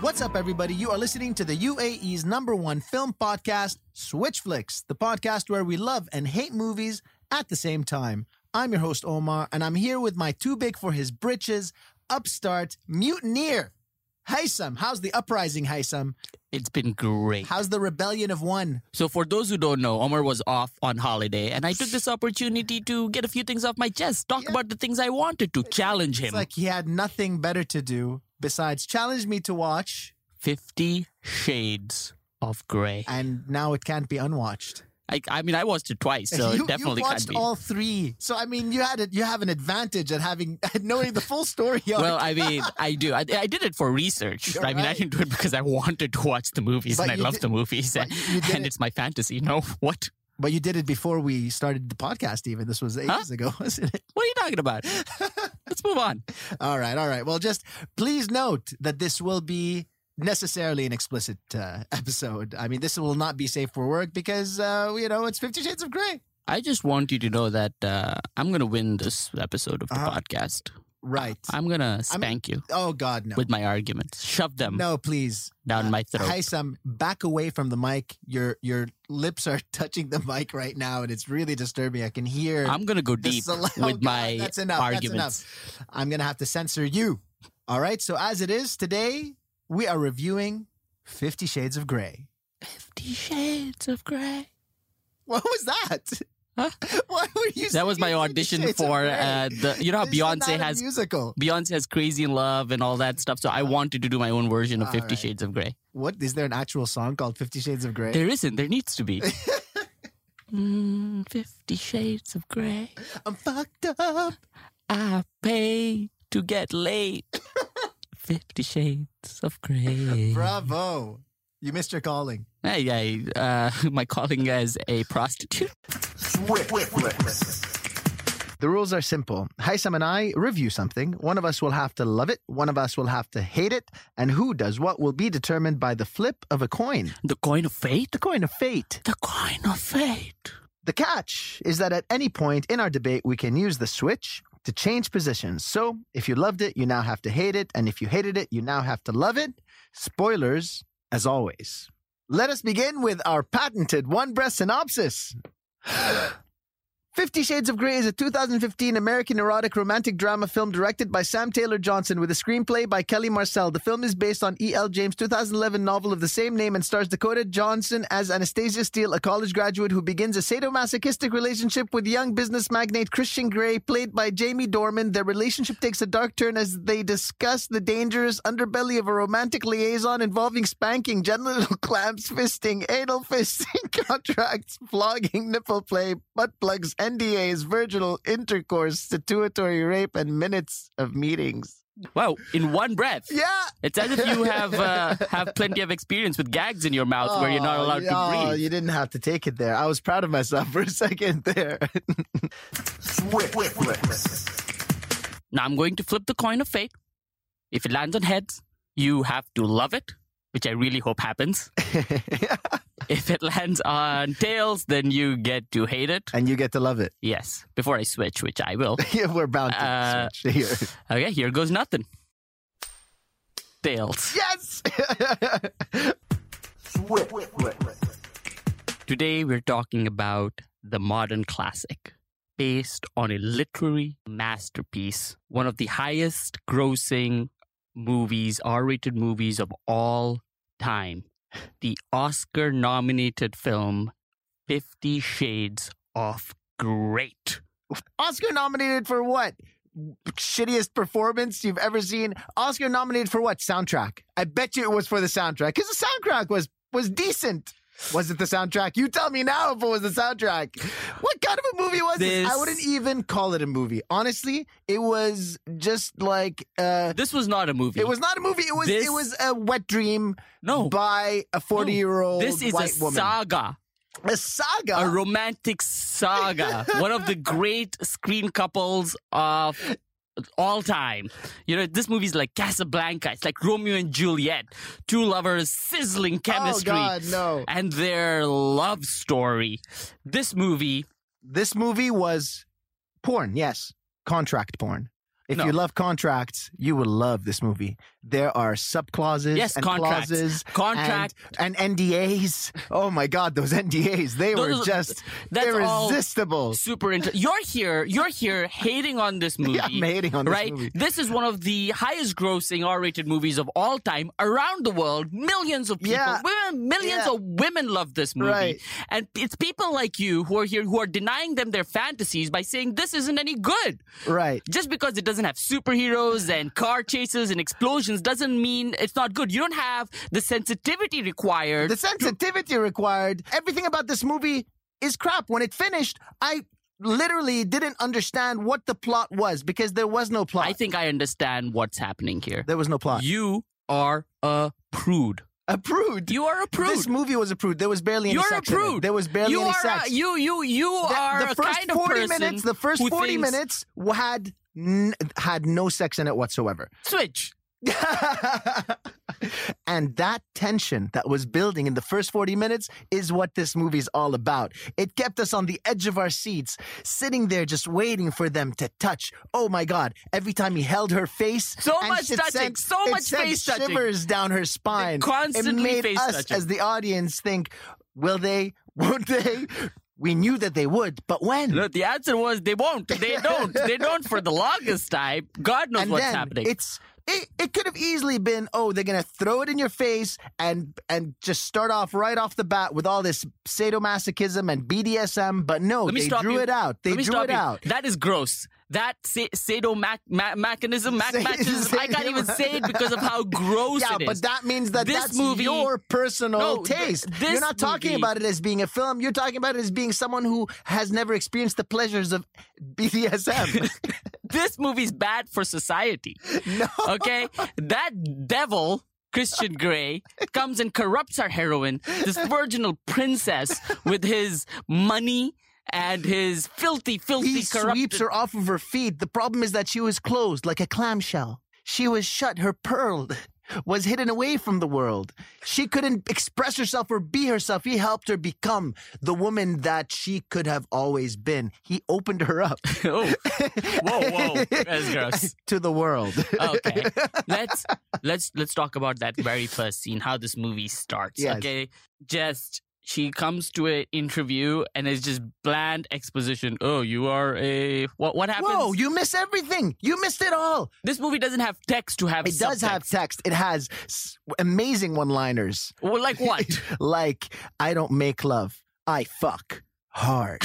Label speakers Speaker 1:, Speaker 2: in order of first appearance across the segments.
Speaker 1: What's up, everybody? You are listening to the UAE's number one film podcast, Switch Flicks, the podcast where we love and hate movies at the same time. I'm your host, Omar, and I'm here with my too big for his britches, upstart, mutineer, Haysam. How's the uprising, Haysam?
Speaker 2: It's been great.
Speaker 1: How's the rebellion of one?
Speaker 2: So, for those who don't know, Omar was off on holiday, and I took this opportunity to get a few things off my chest, talk
Speaker 1: Yeah.
Speaker 2: about the things I wanted to, challenge him.
Speaker 1: It's like he had nothing better to do besides challenge me to watch,
Speaker 2: 50 Shades of Grey.
Speaker 1: and now it can't be unwatched.
Speaker 2: I, I mean, I watched it twice, so
Speaker 1: you,
Speaker 2: it definitely
Speaker 1: you
Speaker 2: can't
Speaker 1: watched
Speaker 2: be.
Speaker 1: all three, so I mean, you had a, you have an advantage at having at knowing the full story. Of
Speaker 2: well,
Speaker 1: it.
Speaker 2: I mean, I do. I, I did it for research.
Speaker 1: You're
Speaker 2: I mean, I
Speaker 1: right.
Speaker 2: didn't do it because I wanted to watch the movies
Speaker 1: But
Speaker 2: and I
Speaker 1: you
Speaker 2: love
Speaker 1: did-
Speaker 2: the movies
Speaker 1: but
Speaker 2: and,
Speaker 1: you- you did
Speaker 2: and
Speaker 1: it-
Speaker 2: it's my fantasy. No, what?
Speaker 1: but you did it before we started the podcast. Even this was ages ago, wasn't it?
Speaker 2: What are you talking about? Let's move on.
Speaker 1: All right, all right. Well, just please note that this will be necessarily an explicit uh, episode. I mean, this will not be safe for work because uh, you know it's Fifty Shades of Grey.
Speaker 2: I just want you to know that uh, I'm going to win this episode of the
Speaker 1: Uh-huh.
Speaker 2: podcast.
Speaker 1: Right.
Speaker 2: I'm going to spank you
Speaker 1: oh God, no.
Speaker 2: Uh, with my arguments, shove them
Speaker 1: no, please.
Speaker 2: down my throat.
Speaker 1: Hi, Sam. Back away from the mic. Your your lips are touching the mic right now, and it's really disturbing. I can hear.
Speaker 2: I'm going to go
Speaker 1: the
Speaker 2: deep
Speaker 1: saliva. Oh,
Speaker 2: with
Speaker 1: God,
Speaker 2: my
Speaker 1: that's enough, that's
Speaker 2: arguments.
Speaker 1: enough. I'm gonna have to censor you. All right. So as it is today, we are reviewing Fifty Shades of Grey.
Speaker 2: Fifty Shades of Grey.
Speaker 1: What was that?
Speaker 2: Huh?
Speaker 1: Why were you?
Speaker 2: That was my
Speaker 1: singing Fifty
Speaker 2: audition
Speaker 1: Shades of
Speaker 2: for
Speaker 1: Grey?
Speaker 2: uh, the. You know how
Speaker 1: This is not
Speaker 2: Beyonce
Speaker 1: a
Speaker 2: has
Speaker 1: musical.
Speaker 2: Beyonce has Crazy in Love and all that stuff. So I wanted to do my own version of
Speaker 1: Uh-huh. All
Speaker 2: Fifty
Speaker 1: right.
Speaker 2: Shades of Grey.
Speaker 1: What is there an actual song called Fifty Shades of Grey?
Speaker 2: There isn't. There needs to be. Mm, Fifty Shades of Grey.
Speaker 1: I'm fucked up.
Speaker 2: I pay to get laid. Fifty Shades of Grey.
Speaker 1: Bravo. You missed your calling.
Speaker 2: Hey, hey, uh, my calling as a prostitute.
Speaker 1: The rules are simple. Haysam and I review something. One of us will have to love it, one of us will have to hate it, and who does what will be determined by the flip of a coin.
Speaker 2: The coin of fate.
Speaker 1: The coin of fate.
Speaker 2: The coin of fate.
Speaker 1: The catch is that at any point in our debate, we can use the switch to change positions. So if you loved it, you now have to hate it, and if you hated it, you now have to love it. Spoilers, as always. Let us begin with our patented one breath synopsis. Fifty Shades of Grey is a 2015 American erotic romantic drama film directed by Sam Taylor Johnson with a screenplay by Kelly Marcel. The film is based on E.L. James' 2011 novel of the same name and stars Dakota Johnson as Anastasia Steele, a college graduate who begins a sadomasochistic relationship with young business magnate Christian Grey, played by Jamie Dorman. Their relationship takes a dark turn as they discuss the dangerous underbelly of a romantic liaison involving spanking, genital clamps, fisting, anal fisting, contracts, flogging, nipple play, butt plugs, NDAs, virginal intercourse, statutory rape, and minutes of meetings.
Speaker 2: Wow, in one breath.
Speaker 1: Yeah.
Speaker 2: It's as if you have uh, have plenty of experience with gags in your mouth where you're not
Speaker 1: Oh,
Speaker 2: allowed
Speaker 1: yeah,
Speaker 2: to breathe.
Speaker 1: You didn't have to take it there. I was proud of myself for a second there.
Speaker 2: Now I'm going to flip the coin of fate. If it lands on heads, you have to love it, which I really hope happens. If it lands on tails, then you get to hate it.
Speaker 1: and you get to love it.
Speaker 2: Yes, before I switch, which I will.
Speaker 1: Yeah, We're bound to
Speaker 2: Uh,
Speaker 1: switch here.
Speaker 2: Okay, here goes nothing. Tails.
Speaker 1: Yes.
Speaker 2: Today we're talking about the modern classic, based on a literary masterpiece, one of the highest grossing movies, R rated movies of all time. The Oscar nominated film, Fifty Shades of Great.
Speaker 1: Oscar nominated for what? Shittiest performance you've ever seen. Oscar nominated for what? Soundtrack. I bet you it was for the soundtrack because the soundtrack was was decent. Was it the soundtrack? You tell me now if it was the soundtrack. What kind of a movie was this? I
Speaker 2: This-
Speaker 1: wouldn't even call it a movie. Honestly, it was just like uh
Speaker 2: This was not a movie.
Speaker 1: it was not a movie. It was
Speaker 2: This-
Speaker 1: it was a wet dream
Speaker 2: no.
Speaker 1: by a forty year old
Speaker 2: This is
Speaker 1: white
Speaker 2: a
Speaker 1: woman.
Speaker 2: saga,
Speaker 1: a saga. Oh,
Speaker 2: a romantic saga, one of the great screen couples of all time. You know, this movie's like Casablanca. It's like Romeo and Juliet, two lovers, sizzling chemistry,
Speaker 1: Oh God, no!
Speaker 2: and their love story. This movie,
Speaker 1: This movie was porn. Yes, contract porn. If
Speaker 2: No.
Speaker 1: you love contracts, you will love this movie. There are subclauses
Speaker 2: Yes,
Speaker 1: and
Speaker 2: contracts.
Speaker 1: clauses
Speaker 2: Contract
Speaker 1: and, and NDAs. Oh my God, those NDAs, they were
Speaker 2: Those-
Speaker 1: just
Speaker 2: that's all
Speaker 1: irresistible.
Speaker 2: super inter- You're here. You're here hating on this movie.
Speaker 1: I'm hating on this
Speaker 2: right?
Speaker 1: movie.
Speaker 2: This is one of the highest grossing R rated movies of all time around the world. Millions of people,
Speaker 1: Yeah.
Speaker 2: women, millions
Speaker 1: Yeah.
Speaker 2: of women love this movie.
Speaker 1: Right.
Speaker 2: And it's people like you who are here who are denying them their fantasies by saying this isn't any good.
Speaker 1: Right.
Speaker 2: Just because it doesn't have superheroes and car chases and explosions doesn't mean it's not good. You don't have the sensitivity required.
Speaker 1: The sensitivity required, everything about this movie is crap. When it finished, I literally didn't understand what the plot was because there was no plot.
Speaker 2: I think I understand what's happening here.
Speaker 1: there was no plot.
Speaker 2: You are a prude.
Speaker 1: a prude.
Speaker 2: You are a prude.
Speaker 1: This movie was a prude. There was barely any
Speaker 2: You're a
Speaker 1: sex in it.
Speaker 2: prude.
Speaker 1: There was barely
Speaker 2: you
Speaker 1: any
Speaker 2: are
Speaker 1: sex.
Speaker 2: A, you you you
Speaker 1: the,
Speaker 2: are
Speaker 1: the
Speaker 2: a
Speaker 1: first
Speaker 2: kind of
Speaker 1: 40
Speaker 2: person
Speaker 1: minutes the first
Speaker 2: who
Speaker 1: 40
Speaker 2: thinks-
Speaker 1: minutes w- had n- had no sex in it whatsoever
Speaker 2: switch.
Speaker 1: and that tension that was building in the first 40 minutes is what this movie's all about it kept us on the edge of our seats sitting there just waiting for them to touch oh my god every time he held her face
Speaker 2: So
Speaker 1: and
Speaker 2: much
Speaker 1: it
Speaker 2: touching,
Speaker 1: sent-
Speaker 2: so
Speaker 1: it
Speaker 2: much
Speaker 1: sent
Speaker 2: face touching.
Speaker 1: shivers down her spine
Speaker 2: Constantly
Speaker 1: it made
Speaker 2: face
Speaker 1: us
Speaker 2: touching.
Speaker 1: as the audience think will they won't they we knew that they would but when
Speaker 2: No, the answer was they won't. They don't. they don't for the longest time. God knows
Speaker 1: and
Speaker 2: what's
Speaker 1: then
Speaker 2: happening.
Speaker 1: It's it, it could have easily been, oh, they're gonna throw it in your face and and just start off right off the bat with all this sadomasochism and BDSM, but no,
Speaker 2: Let me
Speaker 1: they
Speaker 2: stop
Speaker 1: drew
Speaker 2: you.
Speaker 1: it out. They
Speaker 2: Let me
Speaker 1: drew
Speaker 2: stop
Speaker 1: it
Speaker 2: you.
Speaker 1: out.
Speaker 2: That is gross. That sa- sadomac- ma- mechanism, mac-
Speaker 1: Say-
Speaker 2: mechanism, I can't even
Speaker 1: sadoma-
Speaker 2: say it because of how gross
Speaker 1: Yeah,
Speaker 2: it is.
Speaker 1: but that means that
Speaker 2: This
Speaker 1: that's
Speaker 2: movie-
Speaker 1: your personal
Speaker 2: No, th-
Speaker 1: taste.
Speaker 2: this
Speaker 1: You're not talking
Speaker 2: movie-
Speaker 1: about it as being a film. You're talking about it as being someone who has never experienced the pleasures of BDSM.
Speaker 2: this movie's bad for society.
Speaker 1: no.
Speaker 2: Okay, that devil. Christian Grey comes and corrupts our heroine, this virginal princess, with his money and his filthy, filthy,
Speaker 1: He
Speaker 2: corrupted
Speaker 1: sweeps her off of her feet. The problem is that she was closed like a clamshell. She was shut. Her pearl was hidden away from the world. She couldn't express herself or be herself. He helped her become the woman that she could have always been. He opened her up
Speaker 2: oh, whoa, whoa, that's gross.
Speaker 1: to the world.
Speaker 2: Okay, let's let's let's talk about that very first scene, how this movie starts.
Speaker 1: Yes.
Speaker 2: Okay, just she comes to an interview and it's just bland exposition. Oh, you are a what? What happens?
Speaker 1: Whoa, you miss everything. You missed it all.
Speaker 2: this movie doesn't have text to have.
Speaker 1: It does have
Speaker 2: subtext.
Speaker 1: text. It has s- amazing one-liners
Speaker 2: Well, like what?
Speaker 1: like I don't make love, I fuck hard.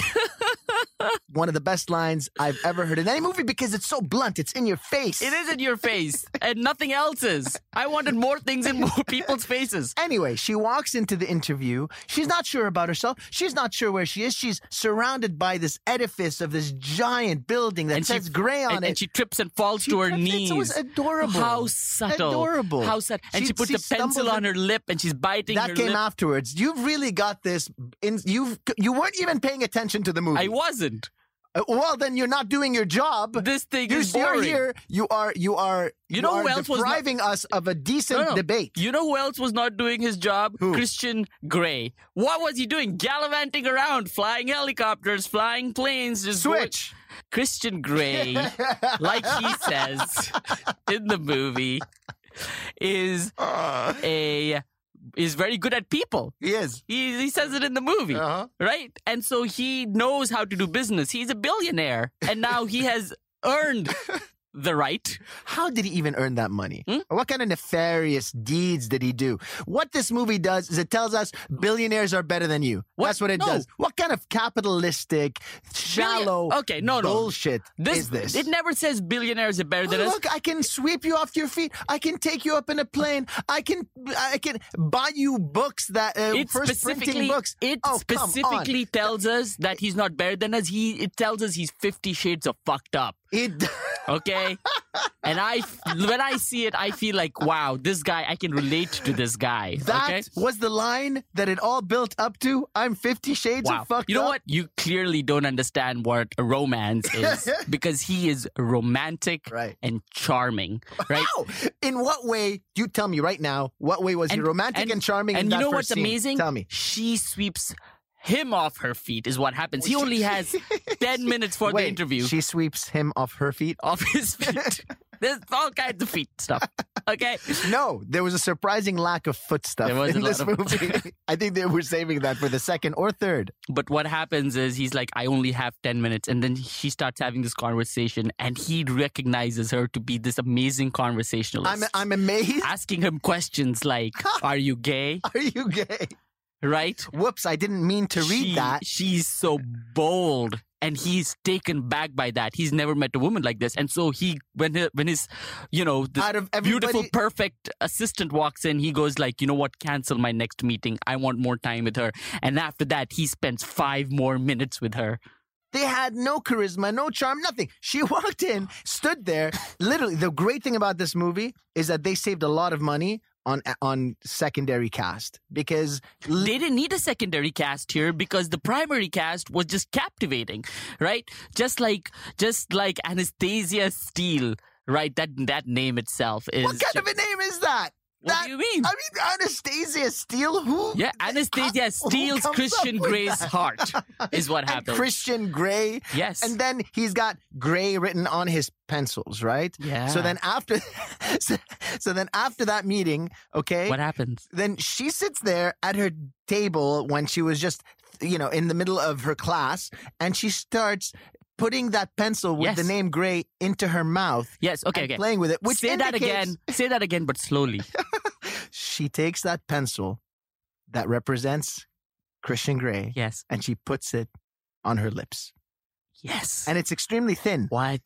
Speaker 1: One of the best lines I've ever heard in any movie because it's so blunt, it's in your face.
Speaker 2: It is in your face, and nothing else is. I wanted more things in more people's faces.
Speaker 1: Anyway, she walks into the interview. She's not sure about herself. She's not sure where she is. She's surrounded by this edifice of this giant building that
Speaker 2: And she-
Speaker 1: says gray on
Speaker 2: And,
Speaker 1: it.
Speaker 2: and she trips and falls to her knees.
Speaker 1: It was adorable.
Speaker 2: How subtle.
Speaker 1: Adorable.
Speaker 2: How subtle. And she,
Speaker 1: She-
Speaker 2: puts
Speaker 1: she
Speaker 2: a pencil
Speaker 1: stumbles
Speaker 2: on her lip and she's biting her
Speaker 1: that came
Speaker 2: lip.
Speaker 1: afterwards. You've really got this. In, you've you weren't even paying attention to the movie.
Speaker 2: I wasn't.
Speaker 1: Uh, well, then you're not doing your job.
Speaker 2: This thing
Speaker 1: You're,
Speaker 2: is
Speaker 1: you're
Speaker 2: boring.
Speaker 1: here. You are. You are.
Speaker 2: You know
Speaker 1: are
Speaker 2: who else was not-
Speaker 1: depriving us of a decent
Speaker 2: No, no.
Speaker 1: debate.
Speaker 2: You know who else was not doing his job?
Speaker 1: Who?
Speaker 2: Christian Grey. What was he doing? Gallivanting around, flying helicopters, flying planes, just going-
Speaker 1: Switch.
Speaker 2: Christian Grey, like he says in the movie, is Ah. a is very good at people.
Speaker 1: he is.
Speaker 2: He he says it in the movie,
Speaker 1: Uh-huh.
Speaker 2: right? And so he knows how to do business. He's a billionaire, and now he has earned the right.
Speaker 1: How did he even earn that money?
Speaker 2: Hmm?
Speaker 1: What kind of nefarious deeds did he do? What this movie does is it tells us billionaires are better than you.
Speaker 2: What?
Speaker 1: That's what it
Speaker 2: No.
Speaker 1: does. What kind of capitalistic, shallow,
Speaker 2: Okay, no, no.
Speaker 1: bullshit
Speaker 2: This,
Speaker 1: is this?
Speaker 2: It never says billionaires are better
Speaker 1: Oh,
Speaker 2: than us.
Speaker 1: look, I can sweep you off your feet. I can take you up in a plane. I can, I can buy you books that uh,
Speaker 2: It
Speaker 1: first printing
Speaker 2: specifically,
Speaker 1: books.
Speaker 2: it
Speaker 1: oh, come on.
Speaker 2: specifically tells us that he's not better than us. He it tells us he's Fifty Shades of fucked up.
Speaker 1: It,
Speaker 2: okay and i when i see it i feel like wow this guy i can relate to this guy
Speaker 1: that
Speaker 2: okay
Speaker 1: was the line that it all built up to. I'm Fifty Shades
Speaker 2: wow
Speaker 1: of fucked
Speaker 2: you know
Speaker 1: up.
Speaker 2: what you clearly don't understand what a romance is because he is romantic
Speaker 1: Right.
Speaker 2: and charming right
Speaker 1: How? In what way? You tell me right now. What way was he
Speaker 2: And-
Speaker 1: romantic and, charming?
Speaker 2: and
Speaker 1: in
Speaker 2: you
Speaker 1: that
Speaker 2: know
Speaker 1: first
Speaker 2: what's
Speaker 1: scene?
Speaker 2: amazing
Speaker 1: Tell me.
Speaker 2: she sweeps him off her feet, is what happens. He only has 10 minutes for the
Speaker 1: Wait,
Speaker 2: interview
Speaker 1: She sweeps him off her feet.
Speaker 2: off his feet. There's all kinds of feet stuff. Okay.
Speaker 1: No, there was a surprising lack of foot stuff
Speaker 2: There was
Speaker 1: in
Speaker 2: a lot
Speaker 1: this
Speaker 2: of-
Speaker 1: movie. I think they were saving that for the second or third.
Speaker 2: But what happens is he's like, I only have 10 minutes. And then she starts having this conversation, and he recognizes her to be this amazing conversationalist.
Speaker 1: I'm I'm amazed.
Speaker 2: asking him questions like, Are you gay?
Speaker 1: Are you gay?
Speaker 2: Right?
Speaker 1: Whoops, I didn't mean to read
Speaker 2: She-
Speaker 1: that.
Speaker 2: She's so bold. And he's taken back by that. He's never met a woman like this. And so he, when he, when his, you know, this
Speaker 1: Out of everybody,
Speaker 2: beautiful, perfect assistant walks in, he goes like, you know what? Cancel my next meeting. I want more time with her. And after that, he spends five more minutes with her.
Speaker 1: they had no charisma, no charm, nothing. She walked in, stood there. Literally, the great thing about this movie is that they saved a lot of money on on secondary cast because li-
Speaker 2: they didn't need a secondary cast here because the primary cast was just captivating, right? Just like just like Anastasia Steele, right? That that name itself is.
Speaker 1: what kind of a name is that?
Speaker 2: What
Speaker 1: that-
Speaker 2: do you mean?
Speaker 1: I mean, Anastasia Steele. Who?
Speaker 2: yeah, Anastasia
Speaker 1: Who
Speaker 2: Steele's
Speaker 1: comes up
Speaker 2: Christian
Speaker 1: with
Speaker 2: Grey's
Speaker 1: that?
Speaker 2: heart is what
Speaker 1: And
Speaker 2: happened.
Speaker 1: Christian Grey.
Speaker 2: yes.
Speaker 1: And then he's got Grey written on his pencils, right?
Speaker 2: yeah.
Speaker 1: So then after, so, so then after that meeting, okay,
Speaker 2: what happens?
Speaker 1: then she sits there at her table when she was just, you know, in the middle of her class, and she starts putting that pencil with
Speaker 2: Yes.
Speaker 1: the name Grey into her mouth,
Speaker 2: Yes. Okay.
Speaker 1: and
Speaker 2: Okay.
Speaker 1: playing with it. Which
Speaker 2: Say that
Speaker 1: indicates-
Speaker 2: again. Say that again, but slowly.
Speaker 1: She takes that pencil that represents Christian Grey,
Speaker 2: Yes.
Speaker 1: and she puts it on her lips,
Speaker 2: Yes.
Speaker 1: and it's extremely thin.
Speaker 2: what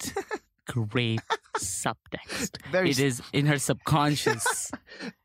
Speaker 2: great subtext.
Speaker 1: Very
Speaker 2: It is in her subconscious.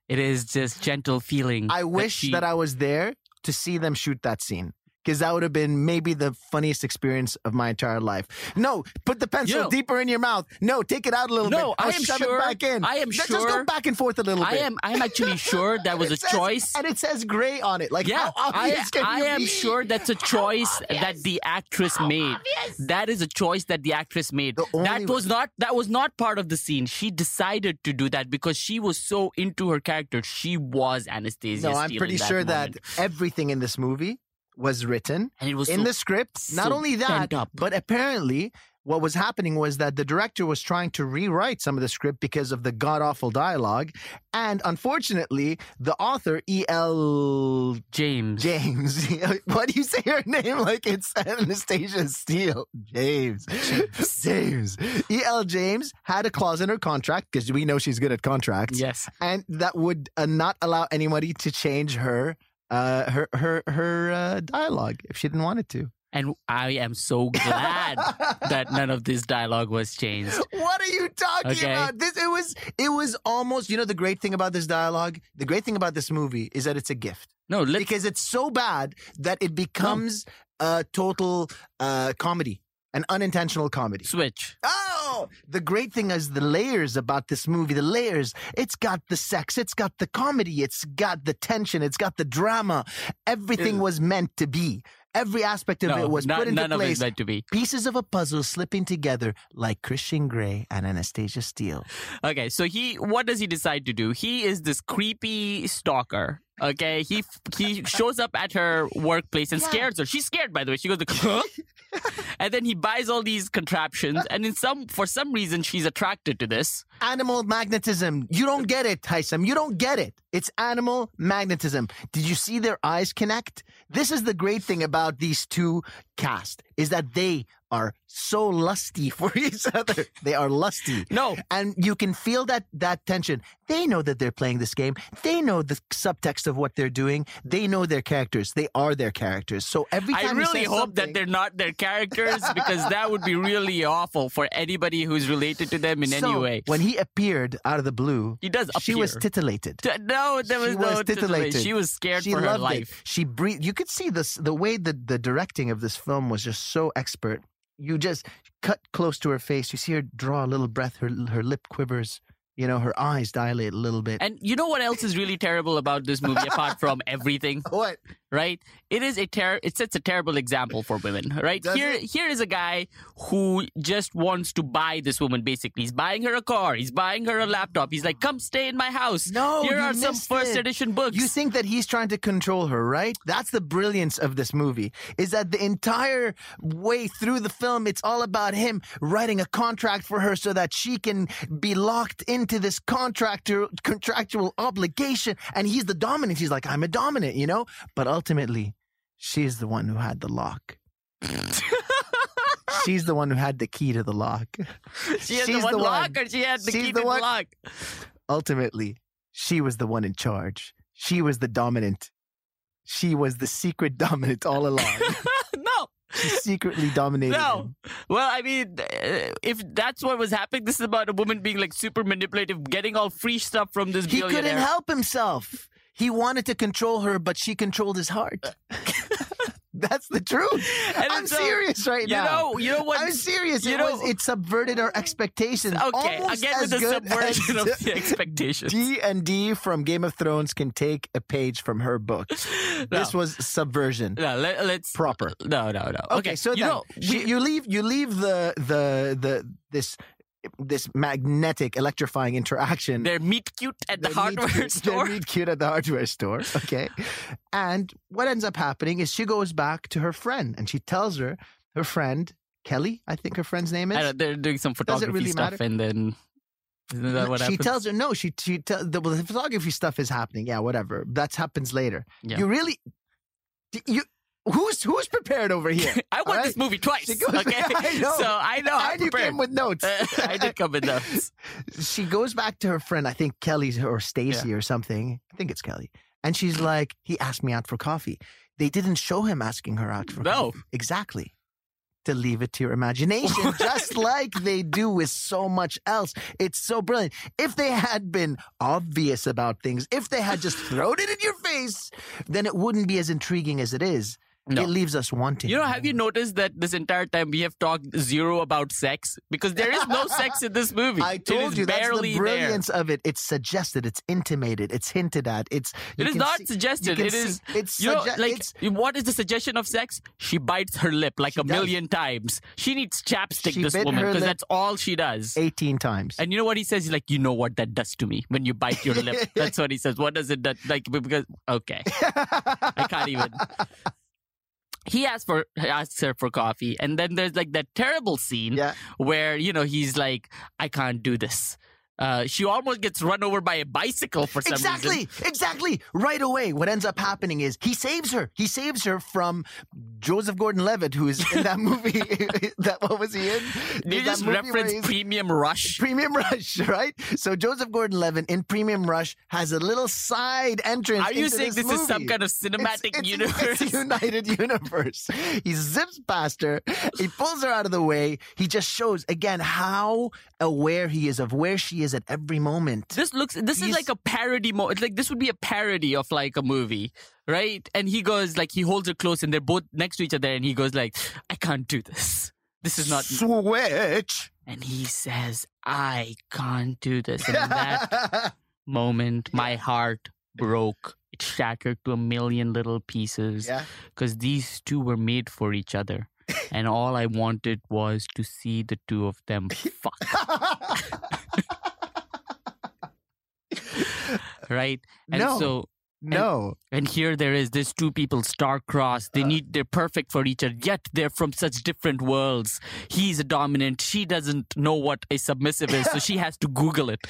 Speaker 2: it is just gentle feeling.
Speaker 1: I wish that,
Speaker 2: she-
Speaker 1: I was there to see them shoot that scene. Because that would have been maybe the funniest experience of my entire life. No, put the pencil
Speaker 2: You know-
Speaker 1: deeper in your mouth. No, take it out a little bit.
Speaker 2: No, I
Speaker 1: Oh,
Speaker 2: am
Speaker 1: shove
Speaker 2: sure-
Speaker 1: it back in.
Speaker 2: I am
Speaker 1: Ju- Just go
Speaker 2: sure-
Speaker 1: back and forth a little
Speaker 2: I
Speaker 1: bit.
Speaker 2: am. I am actually sure that was a
Speaker 1: It says-
Speaker 2: choice.
Speaker 1: And it says gray on it. Like,
Speaker 2: Yeah,
Speaker 1: how
Speaker 2: I,
Speaker 1: obvious can
Speaker 2: I
Speaker 1: you
Speaker 2: am
Speaker 1: be?
Speaker 2: sure that's a choice that the actress made. That is a choice that the actress made.
Speaker 1: The only
Speaker 2: That was not that was not part of the scene. She decided to do that because she was so into her character. She was Anastasia.
Speaker 1: No, I'm
Speaker 2: Steele
Speaker 1: pretty
Speaker 2: in that
Speaker 1: sure
Speaker 2: moment.
Speaker 1: that everything in this movie was written
Speaker 2: and it was
Speaker 1: in
Speaker 2: so
Speaker 1: the script. Not
Speaker 2: so
Speaker 1: only that,
Speaker 2: pent up.
Speaker 1: but apparently what was happening was that the director was trying to rewrite some of the script because of the god awful dialogue. And unfortunately, the author, E.L.
Speaker 2: James.
Speaker 1: James, why do you say her name like it's Anastasia Steele? James. James. E.L. James had a clause in her contract because we know she's good at contracts
Speaker 2: Yes,
Speaker 1: and that would uh, not allow anybody to change her uh her her her uh, dialogue if she didn't want it to
Speaker 2: and I am so glad that none of this dialogue was changed.
Speaker 1: what are you talking
Speaker 2: Okay.
Speaker 1: about this it was it was almost you know the great thing about this dialogue the great thing about this movie is that it's a gift
Speaker 2: No, let
Speaker 1: because it's so bad that it becomes a total uh comedy an unintentional comedy
Speaker 2: switch.
Speaker 1: Oh, the great thing is the layers about this movie. The layers. It's got the sex. It's got the comedy. It's got the tension. It's got the drama. Everything
Speaker 2: Ew.
Speaker 1: was meant to be. Every aspect of
Speaker 2: no,
Speaker 1: it was
Speaker 2: no-
Speaker 1: put into
Speaker 2: none of it
Speaker 1: place.
Speaker 2: is meant to be.
Speaker 1: Pieces of a puzzle slipping together like Christian Grey and Anastasia Steele.
Speaker 2: Okay, so he what does he decide to do? He is this creepy stalker. Okay, he he shows up at her workplace and
Speaker 1: Yeah.
Speaker 2: scares her. She's scared, by the way. She goes, like, huh? and then he buys all these contraptions, and in some for some reason she's attracted to this.
Speaker 1: Animal magnetism. You don't get it, Tysam. You don't get it. It's animal magnetism. Did you see their eyes connect? This is the great thing about these two cast is that they are so lusty for each other. They are lusty.
Speaker 2: No,
Speaker 1: And you can feel that that tension. They know that they're playing this game. They know the subtext of what they're doing. They know their characters. They are their characters. So every time
Speaker 2: I
Speaker 1: he
Speaker 2: really
Speaker 1: says
Speaker 2: hope that
Speaker 1: something-
Speaker 2: they're not their characters because that would be really awful for anybody who's related to them in any
Speaker 1: So,
Speaker 2: way.
Speaker 1: When he appeared out of the blue,
Speaker 2: He does appear.
Speaker 1: she was titillated.
Speaker 2: T- no, there
Speaker 1: She
Speaker 2: was
Speaker 1: was
Speaker 2: no
Speaker 1: titillated.
Speaker 2: She was scared
Speaker 1: she
Speaker 2: for
Speaker 1: loved
Speaker 2: her life.
Speaker 1: It. She breathed. You could see this the way that the directing of this film was just so expert. You just cut close to her face. You see her draw a little breath. Her her lip quivers. You know her eyes dilate a little bit.
Speaker 2: And you know what else is really terrible about this movie apart from everything?
Speaker 1: what?
Speaker 2: right? It is a ter- it sets a terrible example for women, right?
Speaker 1: Does
Speaker 2: here here is a guy who just wants to buy this woman basically. He's buying her a car, he's buying her a laptop. He's like, "Come stay in my house."
Speaker 1: No,
Speaker 2: here
Speaker 1: you
Speaker 2: are some
Speaker 1: missed
Speaker 2: first
Speaker 1: it.
Speaker 2: edition books.
Speaker 1: You think that he's trying to control her, right? That's the brilliance of this movie. Is that the entire way through the film, it's all about him writing a contract for her so that she can be locked into this contractor contractual obligation, and he's the dominant. He's like, I'm a dominant, you know. But ultimately, she's the one who had the lock. She's the one who had the key to the lock.
Speaker 2: she had the
Speaker 1: she's
Speaker 2: one
Speaker 1: the
Speaker 2: lock
Speaker 1: one.
Speaker 2: or she had the
Speaker 1: She's
Speaker 2: key
Speaker 1: the
Speaker 2: to
Speaker 1: one.
Speaker 2: the lock.
Speaker 1: Ultimately, she was the one in charge. She was the dominant. She was the secret dominant all along.
Speaker 2: no.
Speaker 1: She secretly dominated
Speaker 2: No.
Speaker 1: him.
Speaker 2: Well, I mean, uh, if that's what was happening, this is about a woman being like super manipulative, getting all free stuff from this
Speaker 1: He
Speaker 2: billionaire.
Speaker 1: couldn't help himself. He wanted to control her, but she controlled his heart. That's the truth.
Speaker 2: Uh. And
Speaker 1: I'm
Speaker 2: so,
Speaker 1: serious right
Speaker 2: You
Speaker 1: now.
Speaker 2: know, you know what?
Speaker 1: I'm serious.
Speaker 2: you
Speaker 1: it,
Speaker 2: know-
Speaker 1: was, it subverted our expectations.
Speaker 2: okay,
Speaker 1: almost
Speaker 2: again
Speaker 1: as
Speaker 2: with the
Speaker 1: good
Speaker 2: subversion
Speaker 1: as
Speaker 2: of the expectations.
Speaker 1: D and D from Game of Thrones can take a page from her book. This was subversion
Speaker 2: No, let, us
Speaker 1: proper.
Speaker 2: No, no, no.
Speaker 1: Okay, so
Speaker 2: you
Speaker 1: then,
Speaker 2: know,
Speaker 1: she-
Speaker 2: we-
Speaker 1: you leave you leave the the the this this magnetic electrifying interaction
Speaker 2: they're meet cute at
Speaker 1: They
Speaker 2: the
Speaker 1: meet
Speaker 2: hardware
Speaker 1: cute-
Speaker 2: store.
Speaker 1: They meet cute at the hardware store. Okay. and what ends up happening is she goes back to her friend and she tells her, her friend, Kelly, I think her friend's name is.
Speaker 2: I don't know, they're doing some
Speaker 1: Does it
Speaker 2: photography
Speaker 1: really
Speaker 2: stuff,
Speaker 1: matter?
Speaker 2: and then isn't that what
Speaker 1: she
Speaker 2: happens?
Speaker 1: tells her no. She she tell, the, well, the photography stuff is happening. Yeah, whatever. That happens later.
Speaker 2: Yeah.
Speaker 1: You really, you who's who's prepared over here?
Speaker 2: I
Speaker 1: all
Speaker 2: watched this movie twice.
Speaker 1: She goes-
Speaker 2: okay,
Speaker 1: I know.
Speaker 2: so I know. I'm
Speaker 1: and you
Speaker 2: prepared. Uh,
Speaker 1: came with notes.
Speaker 2: I did come with those.
Speaker 1: she goes back to her friend, I think Kelly's or Stacy or something. I think it's Kelly. And she's like, he asked me out for coffee. They didn't show him asking her out for
Speaker 2: No.
Speaker 1: coffee. Exactly. To leave it to your imagination, just like they do with so much else. It's so brilliant. If they had been obvious about things, if they had just thrown it in your face, then it wouldn't be as intriguing as it is.
Speaker 2: No.
Speaker 1: It leaves us wanting.
Speaker 2: You know, have you noticed that this entire time we have talked zero about sex because there is no sex in this movie.
Speaker 1: I
Speaker 2: It
Speaker 1: told
Speaker 2: is
Speaker 1: you that's
Speaker 2: barely
Speaker 1: the brilliance of it. It's suggested. It's intimated. It's hinted at. It's
Speaker 2: there.
Speaker 1: you
Speaker 2: It is
Speaker 1: can
Speaker 2: not
Speaker 1: see- you
Speaker 2: suggested.
Speaker 1: can
Speaker 2: It
Speaker 1: see-
Speaker 2: is.
Speaker 1: It's
Speaker 2: You know,
Speaker 1: sugge-
Speaker 2: like
Speaker 1: it's,
Speaker 2: what is the suggestion of sex? She bites her lip like
Speaker 1: She
Speaker 2: a
Speaker 1: does.
Speaker 2: million times. She needs chapstick.
Speaker 1: She
Speaker 2: this
Speaker 1: bit
Speaker 2: woman
Speaker 1: her
Speaker 2: because
Speaker 1: lip-
Speaker 2: that's all she does.
Speaker 1: eighteen times.
Speaker 2: And you know what he says? He's like, you know what that does to me when you bite your lip. That's what he says. What does it do? like? Because okay, I can't even. He asks for asks her for coffee, and then there's like that terrible scene
Speaker 1: yeah,
Speaker 2: where you know he's like, I can't do this. Uh, she almost gets run over by a bicycle for some
Speaker 1: exactly,
Speaker 2: reason.
Speaker 1: exactly. Right away, what ends up happening is he saves her. He saves her from Joseph Gordon-Levitt, who is in that movie. that what was he in?
Speaker 2: Do you
Speaker 1: That
Speaker 2: just
Speaker 1: movie where
Speaker 2: reference
Speaker 1: he's-
Speaker 2: Premium Rush?
Speaker 1: Premium Rush, right? So Joseph Gordon-Levitt in Premium Rush has a little side entrance.
Speaker 2: Are you
Speaker 1: into
Speaker 2: saying
Speaker 1: this,
Speaker 2: this, is some
Speaker 1: movie.
Speaker 2: kind of cinematic
Speaker 1: it's,
Speaker 2: universe?
Speaker 1: It's United Universe. He zips past her. He pulls her out of the way. He just shows again how aware he is of where she is at every moment.
Speaker 2: this looks. This is
Speaker 1: He's-
Speaker 2: like a parody. Mo- it's like this would be a parody of like a movie, right? And he goes like he holds her close, and they're both next to each other, and he goes like, "I can't do this. This is not."
Speaker 1: switch.
Speaker 2: And he says, "I can't do this." And in that moment, my heart broke. It shattered to a million little pieces
Speaker 1: yeah.
Speaker 2: because these two were made for each other. and all I wanted was to see the two of them fuck, right? And
Speaker 1: No.
Speaker 2: so,
Speaker 1: no.
Speaker 2: and here there is these two people star-crossed.
Speaker 1: Uh.
Speaker 2: They need, they're perfect for each other, yet they're from such different worlds. He's a dominant. She doesn't know what a submissive is, so she has to Google it.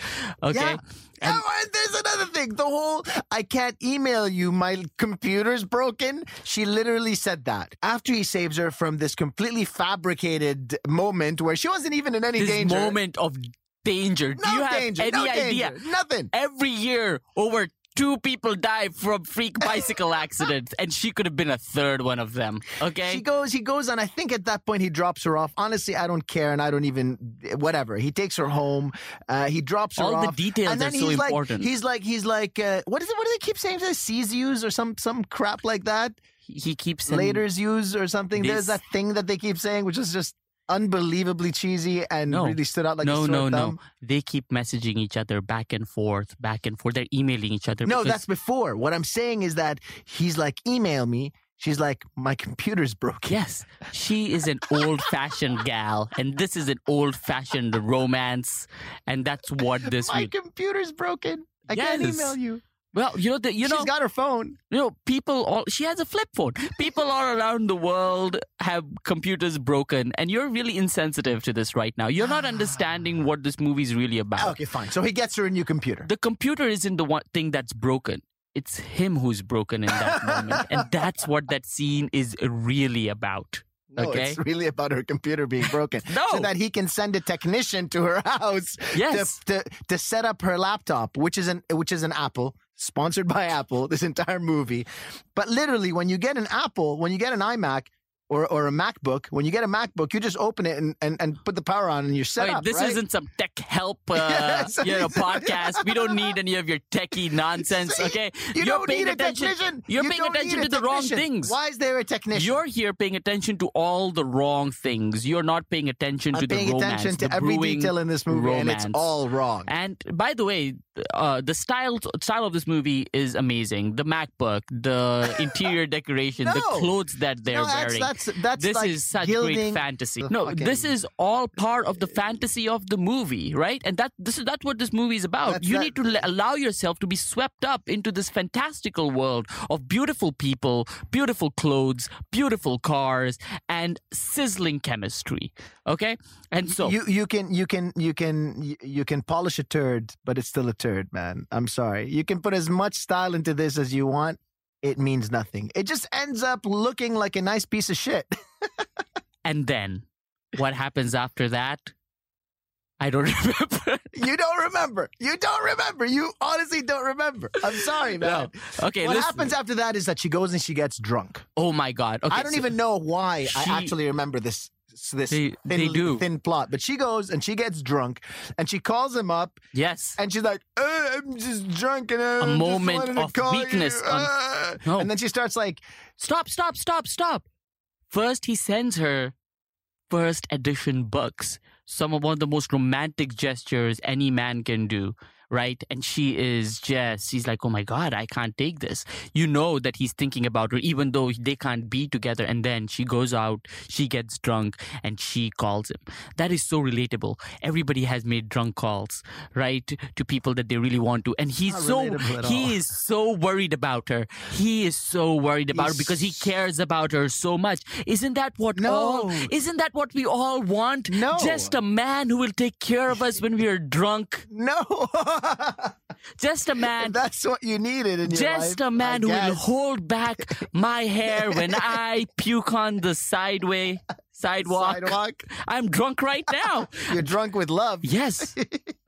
Speaker 2: Okay.
Speaker 1: Yeah. oh, and there's another thing. The whole I can't email you, my computer's broken. She literally said that after he saves her from this completely fabricated moment where she wasn't even in any
Speaker 2: this
Speaker 1: danger.
Speaker 2: moment of danger.
Speaker 1: no
Speaker 2: Do you have
Speaker 1: danger,
Speaker 2: any
Speaker 1: no
Speaker 2: idea?
Speaker 1: danger, nothing.
Speaker 2: Every year, over two people die from freak bicycle accidents, and she could have been a third one of them. Okay.
Speaker 1: She goes, he goes, and I think at that point he drops her off. Honestly, I don't care, and I don't even whatever. He takes her home. Uh, he drops her
Speaker 2: All the
Speaker 1: off,
Speaker 2: details
Speaker 1: and then
Speaker 2: are so
Speaker 1: he's like,
Speaker 2: important.
Speaker 1: He's like, he's like, uh, what is it? What do they keep saying? Sees use or some some crap like that.
Speaker 2: he keeps saying,
Speaker 1: Later's use or something. There's
Speaker 2: This-
Speaker 1: that thing that they keep saying, which is just unbelievably cheesy and
Speaker 2: No.
Speaker 1: really stood out like a
Speaker 2: no,
Speaker 1: sore thumb?
Speaker 2: no, no. They keep messaging each other back and forth, back and forth. They're emailing each other.
Speaker 1: No,
Speaker 2: because-
Speaker 1: that's before. What I'm saying is that he's like, email me. She's like, my computer's broken.
Speaker 2: Yes, she is an old fashioned gal, and this is an old fashioned romance, and that's what this.
Speaker 1: my
Speaker 2: will-
Speaker 1: computer's broken. I can't
Speaker 2: Yes.
Speaker 1: email you.
Speaker 2: well, you know, the, you
Speaker 1: She's
Speaker 2: know,
Speaker 1: got her phone.
Speaker 2: you know, people. All she has a flip phone. People all around the world have computers broken, and you're really insensitive to this right now. You're not understanding what this movie's really about.
Speaker 1: Okay, fine. So he gets her a new computer.
Speaker 2: The computer isn't the one thing that's broken. It's him who's broken in that moment, and that's what that scene is really about.
Speaker 1: No,
Speaker 2: okay. Oh.
Speaker 1: it's really about her computer being broken.
Speaker 2: No,
Speaker 1: So that he can send a technician to her house
Speaker 2: yes.
Speaker 1: to, to, to set up her laptop, which is an which is an Apple, sponsored by Apple, this entire movie. But literally, when you get an Apple, when you get an iMac or, or a MacBook, when you get a MacBook, you just open it and, and, and put the power on and you're set
Speaker 2: Wait,
Speaker 1: up.
Speaker 2: this
Speaker 1: right?
Speaker 2: isn't some tech help, uh,
Speaker 1: Yes.
Speaker 2: you know, podcast. We don't need any of your techie nonsense.
Speaker 1: See,
Speaker 2: okay,
Speaker 1: you
Speaker 2: are
Speaker 1: don't
Speaker 2: paying
Speaker 1: need
Speaker 2: attention.
Speaker 1: a technician.
Speaker 2: You're
Speaker 1: You
Speaker 2: paying
Speaker 1: don't
Speaker 2: attention
Speaker 1: need
Speaker 2: to
Speaker 1: a
Speaker 2: the wrong
Speaker 1: technician.
Speaker 2: things.
Speaker 1: Why is there a technician?
Speaker 2: You're here paying attention to all the wrong things. You're not paying attention
Speaker 1: I'm
Speaker 2: to
Speaker 1: paying
Speaker 2: the romance,
Speaker 1: attention to
Speaker 2: the
Speaker 1: every
Speaker 2: brewing.
Speaker 1: detail in this movie, and
Speaker 2: romance.
Speaker 1: it's all wrong.
Speaker 2: And by the way, uh, the style style of this movie is amazing. The MacBook, the interior decoration, the
Speaker 1: No.
Speaker 2: clothes that they're
Speaker 1: no, that's,
Speaker 2: wearing.
Speaker 1: that's, that's
Speaker 2: this
Speaker 1: like
Speaker 2: is such great
Speaker 1: gilding.
Speaker 2: fantasy.
Speaker 1: the
Speaker 2: No,
Speaker 1: fucking-
Speaker 2: this is all part of the fantasy of the movie, right? And that this is that's what this movie is about.
Speaker 1: That's
Speaker 2: You
Speaker 1: that-
Speaker 2: need to le- allow yourself to be swept up into this fantastical world of beautiful people, beautiful clothes, beautiful cars, and sizzling chemistry. Okay, and so
Speaker 1: you you can you can you can you- you can polish a turd, but it's still a turd, man. I'm sorry. You can put as much style into this as you want. It means nothing. It just ends up looking like a nice piece of shit.
Speaker 2: and then what happens after that? I don't remember.
Speaker 1: You don't remember. You don't remember. You honestly don't remember. I'm sorry, man.
Speaker 2: No. Okay,
Speaker 1: what
Speaker 2: listen.
Speaker 1: happens after that is that she goes and she gets drunk.
Speaker 2: Oh my god. Okay,
Speaker 1: I don't
Speaker 2: so-
Speaker 1: even know why I
Speaker 2: she-
Speaker 1: actually remember this this
Speaker 2: They-
Speaker 1: thin,
Speaker 2: they do.
Speaker 1: thin plot. But she goes and she gets drunk and she calls him up
Speaker 2: Yes.
Speaker 1: And she's like, "Uh, I'm just drunk and uh,
Speaker 2: A
Speaker 1: just
Speaker 2: moment
Speaker 1: wanted to
Speaker 2: of
Speaker 1: call
Speaker 2: weakness
Speaker 1: You,
Speaker 2: on-
Speaker 1: uh."
Speaker 2: No.
Speaker 1: And then she starts like,
Speaker 2: Stop, stop, stop, stop. First, he sends her first edition books, some of one of the most romantic gestures any man can do, right? And she is just, she's like, oh my God, I can't take this. You know that he's thinking about her, even though they can't be together. And then she goes out, she gets drunk, and she calls him. That is so relatable. Everybody has made drunk calls, right? To people that they really want to. And he's
Speaker 1: Not
Speaker 2: so,
Speaker 1: relatable at all.
Speaker 2: he is so worried about her. He is so worried about her because he
Speaker 1: He's-
Speaker 2: cares about her so much. Isn't that what
Speaker 1: No.
Speaker 2: all isn't that what we all want?
Speaker 1: No.
Speaker 2: Just a man who will take care of us when we are drunk.
Speaker 1: "No,
Speaker 2: Just a man
Speaker 1: that's what you needed in your life."
Speaker 2: just a
Speaker 1: I
Speaker 2: man who will
Speaker 1: guess.
Speaker 2: hold back my hair when I puke on the sideway sidewalk.
Speaker 1: sidewalk.
Speaker 2: I'm drunk right now.
Speaker 1: You're drunk with love.
Speaker 2: Yes.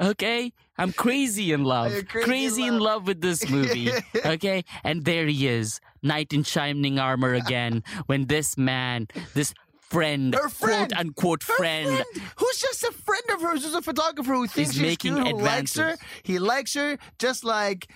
Speaker 2: Okay. I'm crazy in love.
Speaker 1: You're
Speaker 2: Crazy,
Speaker 1: crazy in
Speaker 2: in
Speaker 1: love.
Speaker 2: love with this movie. okay. And there he is, knight in shining armor again, when this man, this friend,
Speaker 1: Her friend.
Speaker 2: quote unquote
Speaker 1: Her
Speaker 2: friend,
Speaker 1: who's just a friend of hers, who's a photographer who thinks
Speaker 2: Is
Speaker 1: she's
Speaker 2: making
Speaker 1: cute, who likes her.
Speaker 2: advances.
Speaker 1: He likes her just like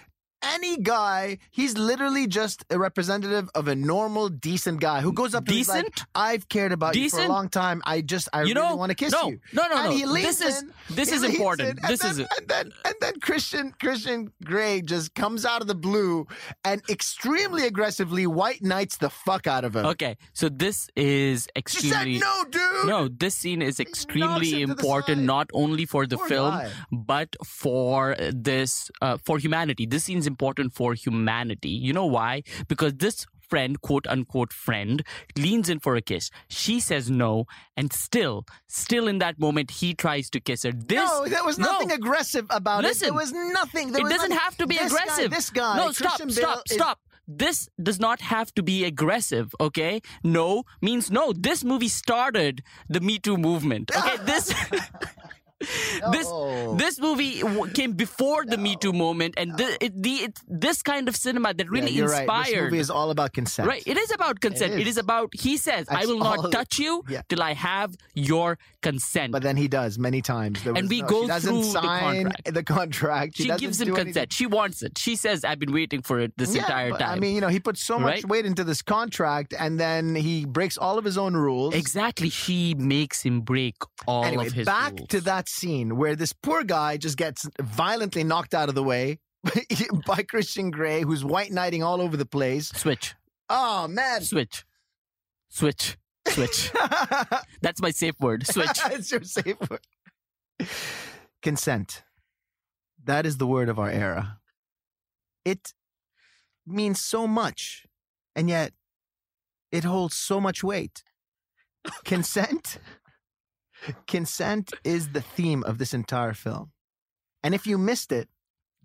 Speaker 1: any guy. He's literally just a representative of a normal, decent guy who goes up to her and is
Speaker 2: Decent?
Speaker 1: like, I've cared about you
Speaker 2: Decent?
Speaker 1: for a long time. I just, I
Speaker 2: you
Speaker 1: really
Speaker 2: know,
Speaker 1: want to kiss
Speaker 2: no,
Speaker 1: you.
Speaker 2: no, no,
Speaker 1: And
Speaker 2: no.
Speaker 1: he leans
Speaker 2: this is
Speaker 1: in,
Speaker 2: this
Speaker 1: he
Speaker 2: is
Speaker 1: leans
Speaker 2: important.
Speaker 1: in, and
Speaker 2: This
Speaker 1: then,
Speaker 2: is
Speaker 1: and then and then Christian Christian Grey just comes out of the blue and extremely aggressively white knights the fuck out of him.
Speaker 2: okay. So this is
Speaker 1: She said,
Speaker 2: extremely.
Speaker 1: "No, dude."
Speaker 2: No, this scene is
Speaker 1: knocks
Speaker 2: extremely
Speaker 1: him to the
Speaker 2: important,
Speaker 1: side.
Speaker 2: not only for the
Speaker 1: Poor
Speaker 2: film,
Speaker 1: guy.
Speaker 2: but for this, uh, for humanity. This scene is important for humanity. You know why? Because this friend, quote unquote friend, leans in for a kiss. She says no, and still, still in that moment, he tries to kiss her. This,
Speaker 1: no, there was
Speaker 2: no.
Speaker 1: nothing aggressive about it.
Speaker 2: Listen.
Speaker 1: There was nothing. There
Speaker 2: it
Speaker 1: was
Speaker 2: doesn't
Speaker 1: nothing-
Speaker 2: have to be
Speaker 1: this guy-
Speaker 2: aggressive.
Speaker 1: this guy,
Speaker 2: No, stop,
Speaker 1: Christian
Speaker 2: stop,
Speaker 1: Bale is-
Speaker 2: stop. This does not have to be aggressive, okay? No means no. This movie started the Me Too movement. Okay, this this this movie w- came before the Me Too movement, and thi- it, the it, this kind of cinema that really
Speaker 1: yeah, you're Right. This
Speaker 2: inspired.
Speaker 1: movie is all about consent.
Speaker 2: Right, it is about consent. It is,
Speaker 1: is.
Speaker 2: about he says, "I
Speaker 1: That's
Speaker 2: will
Speaker 1: all-
Speaker 2: not touch you
Speaker 1: Yeah.
Speaker 2: till I have your consent."
Speaker 1: But then he does many times. There
Speaker 2: And
Speaker 1: was
Speaker 2: we
Speaker 1: no-
Speaker 2: go
Speaker 1: she doesn't
Speaker 2: through the
Speaker 1: sign
Speaker 2: contract.
Speaker 1: the contract. She,
Speaker 2: she
Speaker 1: doesn't
Speaker 2: gives
Speaker 1: do
Speaker 2: him
Speaker 1: anything.
Speaker 2: consent. She wants it. She says, "I've been waiting for it this
Speaker 1: Yeah,
Speaker 2: entire
Speaker 1: but,
Speaker 2: time."
Speaker 1: I mean, you know, he put so much
Speaker 2: Right?
Speaker 1: weight into this contract, and then he breaks all of his own rules.
Speaker 2: exactly, she makes him break all
Speaker 1: Anyway,
Speaker 2: of his
Speaker 1: back
Speaker 2: rules.
Speaker 1: to that scene where this poor guy just gets violently knocked out of the way by Christian Grey, who's white knighting all over the place.
Speaker 2: switch,
Speaker 1: Oh man,
Speaker 2: switch, switch, switch. That's my safe word. Switch.
Speaker 1: it's your safe word. Consent. That is the word of our era. It means so much, and yet it holds so much weight. Consent. Consent is the theme of this entire film. And if you missed it,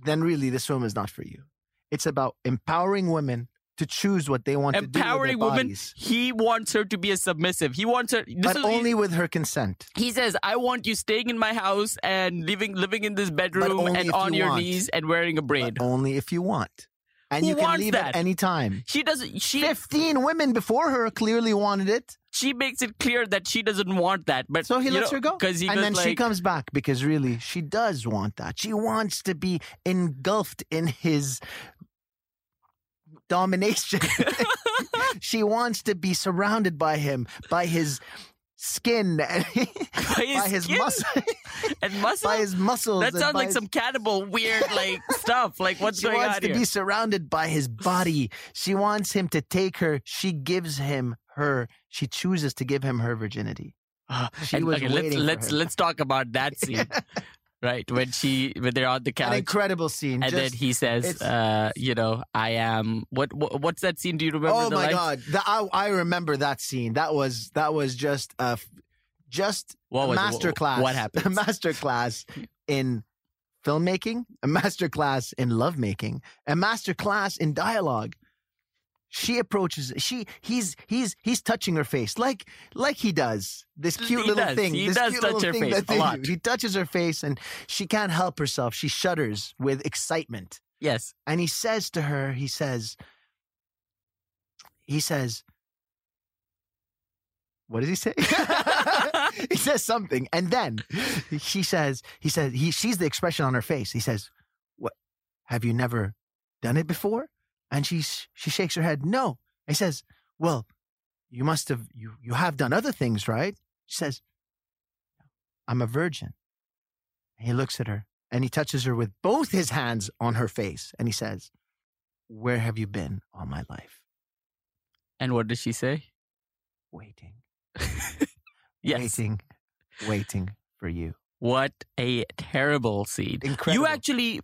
Speaker 1: then really this film is not for you. It's about empowering women to choose what they want to do. with
Speaker 2: Empowering
Speaker 1: their
Speaker 2: woman.
Speaker 1: bodies,
Speaker 2: He wants her to be a submissive. He wants her. This
Speaker 1: but
Speaker 2: is,
Speaker 1: only with her consent.
Speaker 2: he says, "I want you staying in my house and living living in this bedroom
Speaker 1: only
Speaker 2: and
Speaker 1: if
Speaker 2: on
Speaker 1: you
Speaker 2: your
Speaker 1: want.
Speaker 2: knees and wearing a braid."
Speaker 1: But only if you want. And
Speaker 2: Who
Speaker 1: you can
Speaker 2: wants
Speaker 1: leave at
Speaker 2: that?
Speaker 1: any time.
Speaker 2: she doesn't. She
Speaker 1: 15 women before her clearly wanted it.
Speaker 2: she makes it clear that she doesn't want that. But
Speaker 1: So he
Speaker 2: you
Speaker 1: lets
Speaker 2: know,
Speaker 1: her go.
Speaker 2: because he
Speaker 1: and
Speaker 2: goes
Speaker 1: then
Speaker 2: like,
Speaker 1: she comes back because really she does want that. She wants to be engulfed in his domination. she wants to be surrounded by him, by his skin, and
Speaker 2: by his,
Speaker 1: by his
Speaker 2: skin
Speaker 1: muscle,
Speaker 2: and muscle.
Speaker 1: by his muscles.
Speaker 2: that
Speaker 1: and
Speaker 2: sounds
Speaker 1: by
Speaker 2: like
Speaker 1: his-
Speaker 2: some cannibal weird like stuff. Like what's
Speaker 1: she
Speaker 2: going
Speaker 1: wants
Speaker 2: on
Speaker 1: to
Speaker 2: here?
Speaker 1: be surrounded by his body. She wants him to take her. She gives him her. She chooses to give him her virginity.
Speaker 2: Ah,
Speaker 1: She
Speaker 2: and,
Speaker 1: was
Speaker 2: okay,
Speaker 1: waiting
Speaker 2: let's
Speaker 1: for
Speaker 2: let's
Speaker 1: him.
Speaker 2: let's talk about that scene, right? When she when they're on the
Speaker 1: An
Speaker 2: couch.
Speaker 1: incredible scene.
Speaker 2: And then
Speaker 1: Just,
Speaker 2: he says,
Speaker 1: it's-
Speaker 2: uh, "You know, I am what, what? What's that scene? Do you remember?
Speaker 1: oh
Speaker 2: the
Speaker 1: my
Speaker 2: line?
Speaker 1: god, The- I, I remember that scene. That was that was just a f- just
Speaker 2: What
Speaker 1: a
Speaker 2: was it? Wh-
Speaker 1: masterclass.
Speaker 2: What
Speaker 1: A
Speaker 2: happened?
Speaker 1: masterclass in filmmaking. A masterclass in lovemaking. A masterclass in dialogue. She approaches. She he's he's he's touching her face like like he does this
Speaker 2: He
Speaker 1: cute little
Speaker 2: does.
Speaker 1: thing.
Speaker 2: He
Speaker 1: this
Speaker 2: does
Speaker 1: cute
Speaker 2: touch
Speaker 1: little
Speaker 2: her
Speaker 1: thing
Speaker 2: face
Speaker 1: that
Speaker 2: a
Speaker 1: they do.
Speaker 2: lot.
Speaker 1: He touches her face and she can't help herself. She shudders with excitement.
Speaker 2: yes,
Speaker 1: And he says to her, he says, he says, what does he say? he says something. And then she says, he says, he sees the expression on her face. He says, what, have you never done it before? And she, sh- she shakes her head, no. He says, well, you must have, you, you have done other things, right? She says, I'm a virgin. And he looks at her and he touches her with both his hands on her face and he says, Where have you been all my life?
Speaker 2: and what does she say?
Speaker 1: Waiting,
Speaker 2: Yes.
Speaker 1: waiting, waiting for you.
Speaker 2: What a terrible scene.
Speaker 1: Incredible.
Speaker 2: You actually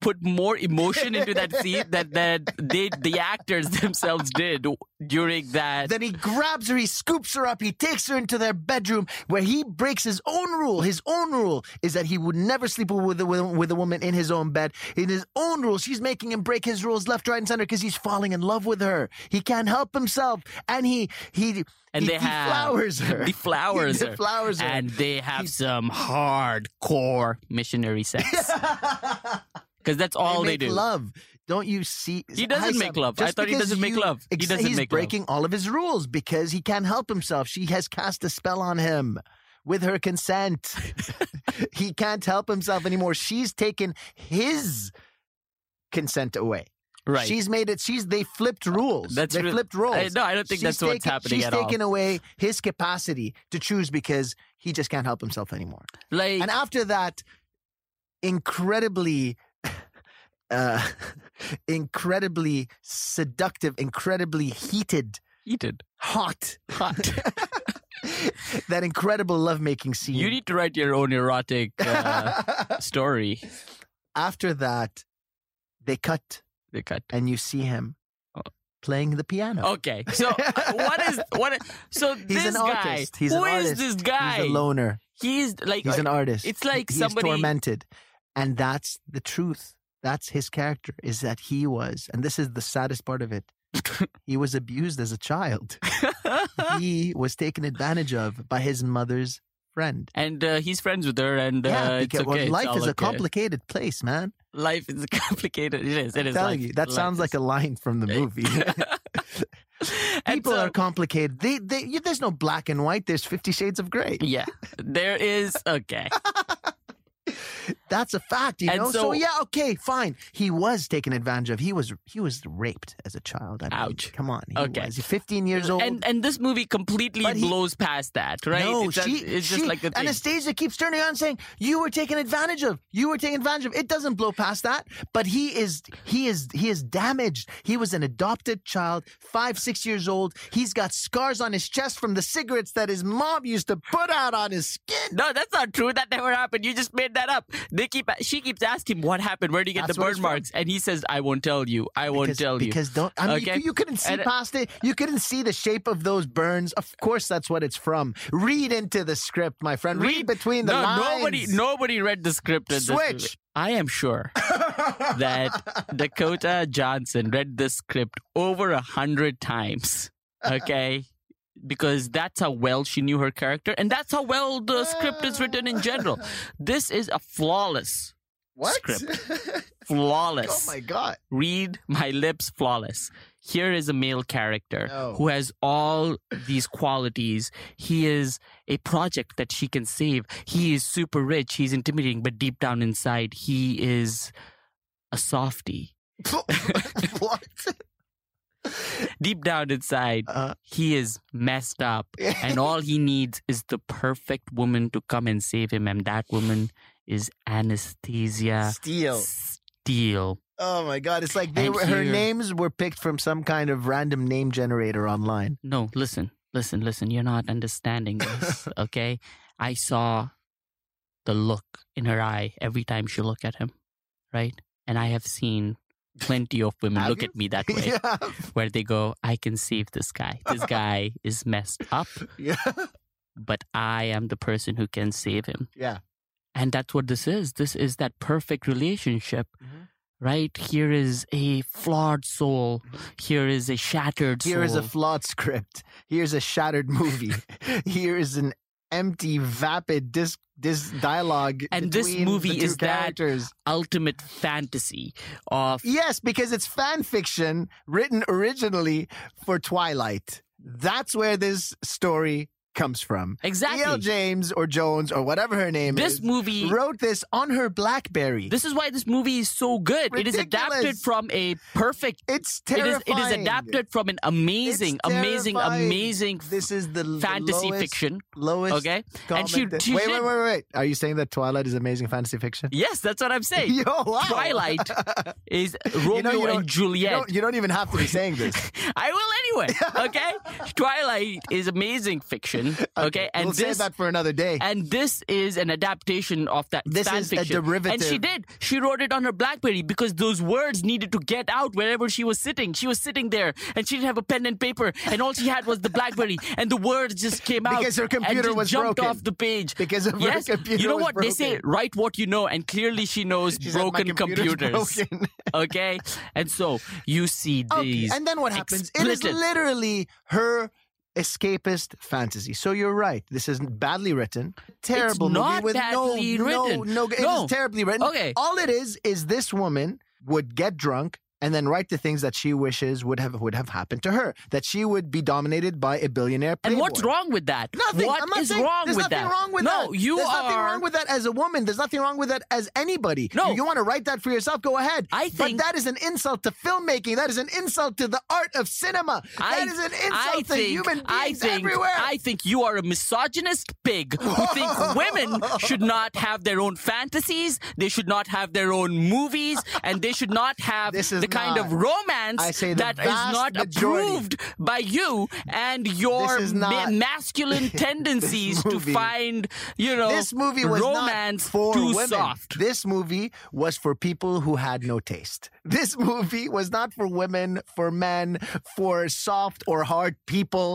Speaker 2: put more emotion into that scene than that they the actors themselves did during that.
Speaker 1: Then he grabs her, he scoops her up, he takes her into their bedroom where he breaks his own rule. His own rule is that he would never sleep with a, with, a- with a woman in his own bed. In his own rule, she's making him break his rules left, right, and center because he's falling in love with her. He can't help himself, and he he
Speaker 2: and
Speaker 1: he
Speaker 2: they have
Speaker 1: deflowers her.
Speaker 2: the flowers,
Speaker 1: He deflowers her.
Speaker 2: and they have
Speaker 1: He-
Speaker 2: some hardcore missionary sex because that's all they,
Speaker 1: make
Speaker 2: do.
Speaker 1: Love, don't you see?
Speaker 2: He doesn't
Speaker 1: Hi,
Speaker 2: make
Speaker 1: Sam.
Speaker 2: love. I
Speaker 1: Just
Speaker 2: thought he
Speaker 1: because
Speaker 2: doesn't make
Speaker 1: you-
Speaker 2: love. He
Speaker 1: ex-
Speaker 2: doesn't
Speaker 1: he's
Speaker 2: make love.
Speaker 1: breaking all of his rules because he can't help himself. She has cast a spell on him with her consent. he can't help himself anymore. She's taken his consent away.
Speaker 2: Right. Uh,
Speaker 1: She's made it. She's they flipped rules.
Speaker 2: That's
Speaker 1: they
Speaker 2: real-
Speaker 1: flipped roles.
Speaker 2: I, no, I don't think
Speaker 1: She's
Speaker 2: that's what's
Speaker 1: taken-
Speaker 2: happening
Speaker 1: She's
Speaker 2: at
Speaker 1: taken away his capacity to choose because he just can't help himself anymore.
Speaker 2: all. Like
Speaker 1: And after that, incredibly, uh, incredibly seductive, incredibly heated,
Speaker 2: he did.
Speaker 1: hot, hot. that incredible lovemaking scene.
Speaker 2: You need to write your own erotic uh, story.
Speaker 1: after that, they cut
Speaker 2: They cut.
Speaker 1: and you see him
Speaker 2: Oh.
Speaker 1: playing the piano.
Speaker 2: Okay, so uh, what is what? is- So this
Speaker 1: an
Speaker 2: guy,
Speaker 1: artist. He's
Speaker 2: who
Speaker 1: an
Speaker 2: is
Speaker 1: artist.
Speaker 2: this guy?
Speaker 1: He's a loner.
Speaker 2: He's like
Speaker 1: He's an artist.
Speaker 2: it's like
Speaker 1: He-
Speaker 2: somebody-
Speaker 1: he's tormented, and that's the truth. That's his character. Is that he was, and this is the saddest part of it. he was abused as a child. He was taken advantage of by his mother's friend.
Speaker 2: and uh, he's friends with her, and uh,
Speaker 1: yeah,
Speaker 2: it's
Speaker 1: because well,
Speaker 2: okay. it's
Speaker 1: life
Speaker 2: all
Speaker 1: is a
Speaker 2: okay.
Speaker 1: complicated place, man.
Speaker 2: Life is complicated. It is. It
Speaker 1: I'm
Speaker 2: is.
Speaker 1: telling
Speaker 2: life-
Speaker 1: you, that
Speaker 2: life
Speaker 1: sounds
Speaker 2: is-
Speaker 1: like a line from the movie.
Speaker 2: And
Speaker 1: People
Speaker 2: so-
Speaker 1: are complicated. They, they, you, there's no black and white. There's Fifty Shades of Grey.
Speaker 2: Yeah, there is. Okay,
Speaker 1: That's a fact, you
Speaker 2: And
Speaker 1: know. So,
Speaker 2: so-
Speaker 1: yeah, okay, fine. He was taken advantage of. He was he was raped as a child. I mean,
Speaker 2: Ouch.
Speaker 1: Come on. He
Speaker 2: Okay.
Speaker 1: was. He's 15 years old.
Speaker 2: and and this movie completely
Speaker 1: Oh. But he-
Speaker 2: blows past that, right?
Speaker 1: No,
Speaker 2: it's, just-
Speaker 1: she,
Speaker 2: it's just
Speaker 1: she-
Speaker 2: like the thing.
Speaker 1: Anastasia keeps turning around saying, "You were taken advantage of. You were taken advantage of." It doesn't blow past that, but he is, he is, he is damaged. He was an adopted child, five, six years old. He's got scars on his chest from the cigarettes that his mom used to put out on his skin.
Speaker 2: No, that's not true. That never happened. You just made that up. They keep she keeps asking what happened. Where do you get
Speaker 1: That's
Speaker 2: the
Speaker 1: where
Speaker 2: burn
Speaker 1: it's from.
Speaker 2: marks? And he says, "I won't tell you. I won't
Speaker 1: because,
Speaker 2: tell you."
Speaker 1: because don't I mean you
Speaker 2: Okay.
Speaker 1: cou- you, couldn't see
Speaker 2: And- uh,
Speaker 1: past it. You couldn't see the shape of those burns. Of course, that's what it's from. Read into the script, my friend. Read, between the
Speaker 2: no,
Speaker 1: lines.
Speaker 2: nobody, nobody read the script. In this movie.
Speaker 1: Switch.
Speaker 2: I am sure that Dakota Johnson read this script over a hundred times. Okay. Because that's how well she knew her character, and that's how well the script is written in general. This is a flawless,
Speaker 1: what?
Speaker 2: script.
Speaker 1: oh
Speaker 2: flawless.
Speaker 1: my god.
Speaker 2: read my lips flawless. Here is a male character
Speaker 1: No.
Speaker 2: who has all these qualities. He is a project that she can save. He is super rich. He's intimidating, but deep down inside, he is a softie.
Speaker 1: what?
Speaker 2: Deep down inside,
Speaker 1: Uh,
Speaker 2: he is messed up. And all he needs is the perfect woman to come and save him. And that woman is Anesthesia
Speaker 1: Steel.
Speaker 2: Steele.
Speaker 1: Oh my god! It's like they
Speaker 2: And
Speaker 1: were, her
Speaker 2: here-
Speaker 1: names were picked from some kind of random name generator online.
Speaker 2: No, listen, listen, listen. You're not understanding this, okay? I saw the look in her eye every time she looked at him, right? And I have seen plenty of women
Speaker 1: Have
Speaker 2: look
Speaker 1: you?
Speaker 2: at me that way,
Speaker 1: yeah,
Speaker 2: where they go, I can save this guy. This guy is messed up,
Speaker 1: yeah,
Speaker 2: but I am the person who can save him.
Speaker 1: yeah.
Speaker 2: And that's what this is. This is that perfect relationship.
Speaker 1: Mhm.
Speaker 2: Right here is a flawed soul. Here is a shattered
Speaker 1: Mm-hmm. Here
Speaker 2: soul.
Speaker 1: is a flawed script. Here's a shattered movie. Here is an empty, vapid dis dis dialogue.
Speaker 2: And this
Speaker 1: between
Speaker 2: movie
Speaker 1: the two
Speaker 2: is that-
Speaker 1: characters.
Speaker 2: ultimate fantasy of
Speaker 1: Yes, because it's fan fiction written originally for Twilight. That's where this story comes from. E.L.
Speaker 2: exactly
Speaker 1: James or Jones or whatever her name
Speaker 2: this
Speaker 1: is
Speaker 2: movie.
Speaker 1: wrote this on her BlackBerry.
Speaker 2: This is why this movie is so good. It is adapted
Speaker 1: Ridiculous.
Speaker 2: from a perfect.
Speaker 1: it's
Speaker 2: It is,
Speaker 1: terrifying.
Speaker 2: it is adapted from an
Speaker 1: It's
Speaker 2: amazing, amazing,
Speaker 1: terrifying.
Speaker 2: amazing f-
Speaker 1: This is the the
Speaker 2: fantasy
Speaker 1: lowest,
Speaker 2: fiction.
Speaker 1: Lowest.
Speaker 2: Okay, and she-
Speaker 1: comment that-
Speaker 2: she
Speaker 1: wait, wait,
Speaker 2: did-
Speaker 1: wait, wait. Are you saying that Twilight is amazing fantasy fiction?
Speaker 2: yes, that's what I'm saying.
Speaker 1: Yo, wow.
Speaker 2: Twilight is Romeo
Speaker 1: know, you
Speaker 2: and
Speaker 1: don't- You
Speaker 2: Juliet.
Speaker 1: don't, you don't even have to be saying this.
Speaker 2: I will anyway. Okay, Twilight is amazing fiction. Okay, and
Speaker 1: we'll
Speaker 2: this
Speaker 1: save that for another day.
Speaker 2: and this is an adaptation of that
Speaker 1: This
Speaker 2: fan
Speaker 1: is a
Speaker 2: fiction. And she
Speaker 1: derivative.
Speaker 2: did. She wrote it on her BlackBerry because those words needed to get out wherever she was sitting. She was sitting there, and she didn't have a pen and paper, and all she had was the BlackBerry, and the words just came out
Speaker 1: Because her
Speaker 2: and
Speaker 1: computer
Speaker 2: just
Speaker 1: was
Speaker 2: jumped
Speaker 1: broken.
Speaker 2: off the page.
Speaker 1: Because of her
Speaker 2: yes,
Speaker 1: computer
Speaker 2: you know
Speaker 1: was
Speaker 2: what they say:
Speaker 1: broken.
Speaker 2: write what you know, and clearly she knows
Speaker 1: She said, "My
Speaker 2: broken
Speaker 1: computer's
Speaker 2: computers.
Speaker 1: broken.
Speaker 2: okay, and so you see
Speaker 1: Okay,
Speaker 2: these.
Speaker 1: And then what happens? It
Speaker 2: explicit-
Speaker 1: is literally her escapist fantasy. So you're right. This is badly written. Terrible
Speaker 2: not
Speaker 1: movie with
Speaker 2: badly
Speaker 1: no, no,
Speaker 2: written.
Speaker 1: no. It
Speaker 2: No.
Speaker 1: is terribly written.
Speaker 2: Okay.
Speaker 1: All it is is this woman would get drunk and then write the things that she wishes would have would have happened to her. That she would be dominated by a billionaire.
Speaker 2: and
Speaker 1: playboy.
Speaker 2: what's wrong with that?
Speaker 1: Nothing.
Speaker 2: What
Speaker 1: I'm not
Speaker 2: is
Speaker 1: saying,
Speaker 2: wrong
Speaker 1: there's
Speaker 2: with
Speaker 1: nothing
Speaker 2: that?
Speaker 1: wrong with
Speaker 2: no,
Speaker 1: that.
Speaker 2: you
Speaker 1: there's
Speaker 2: are.
Speaker 1: nothing wrong with that as a woman. There's nothing wrong with that as anybody.
Speaker 2: No.
Speaker 1: You, want to write that for yourself? Go ahead.
Speaker 2: I
Speaker 1: but
Speaker 2: think-
Speaker 1: that is an insult to filmmaking. That is an insult to the art of cinema.
Speaker 2: I-
Speaker 1: that is an insult
Speaker 2: I
Speaker 1: to
Speaker 2: think,
Speaker 1: human beings
Speaker 2: I think,
Speaker 1: everywhere.
Speaker 2: I think you are a misogynist pig who thinks women should not have their own fantasies, they should not have their own movies, and they should not have
Speaker 1: This is
Speaker 2: the kind of
Speaker 1: not-
Speaker 2: romance
Speaker 1: I say the
Speaker 2: that is
Speaker 1: vast
Speaker 2: not
Speaker 1: majority-
Speaker 2: approved by you and your
Speaker 1: This is
Speaker 2: ma-
Speaker 1: not-
Speaker 2: masculine tendencies to
Speaker 1: movie-
Speaker 2: find, you know,
Speaker 1: this movie was
Speaker 2: romance
Speaker 1: not for
Speaker 2: too
Speaker 1: women.
Speaker 2: soft.
Speaker 1: This movie was for people who had no taste. This movie was not for women, for men, for soft or hard people.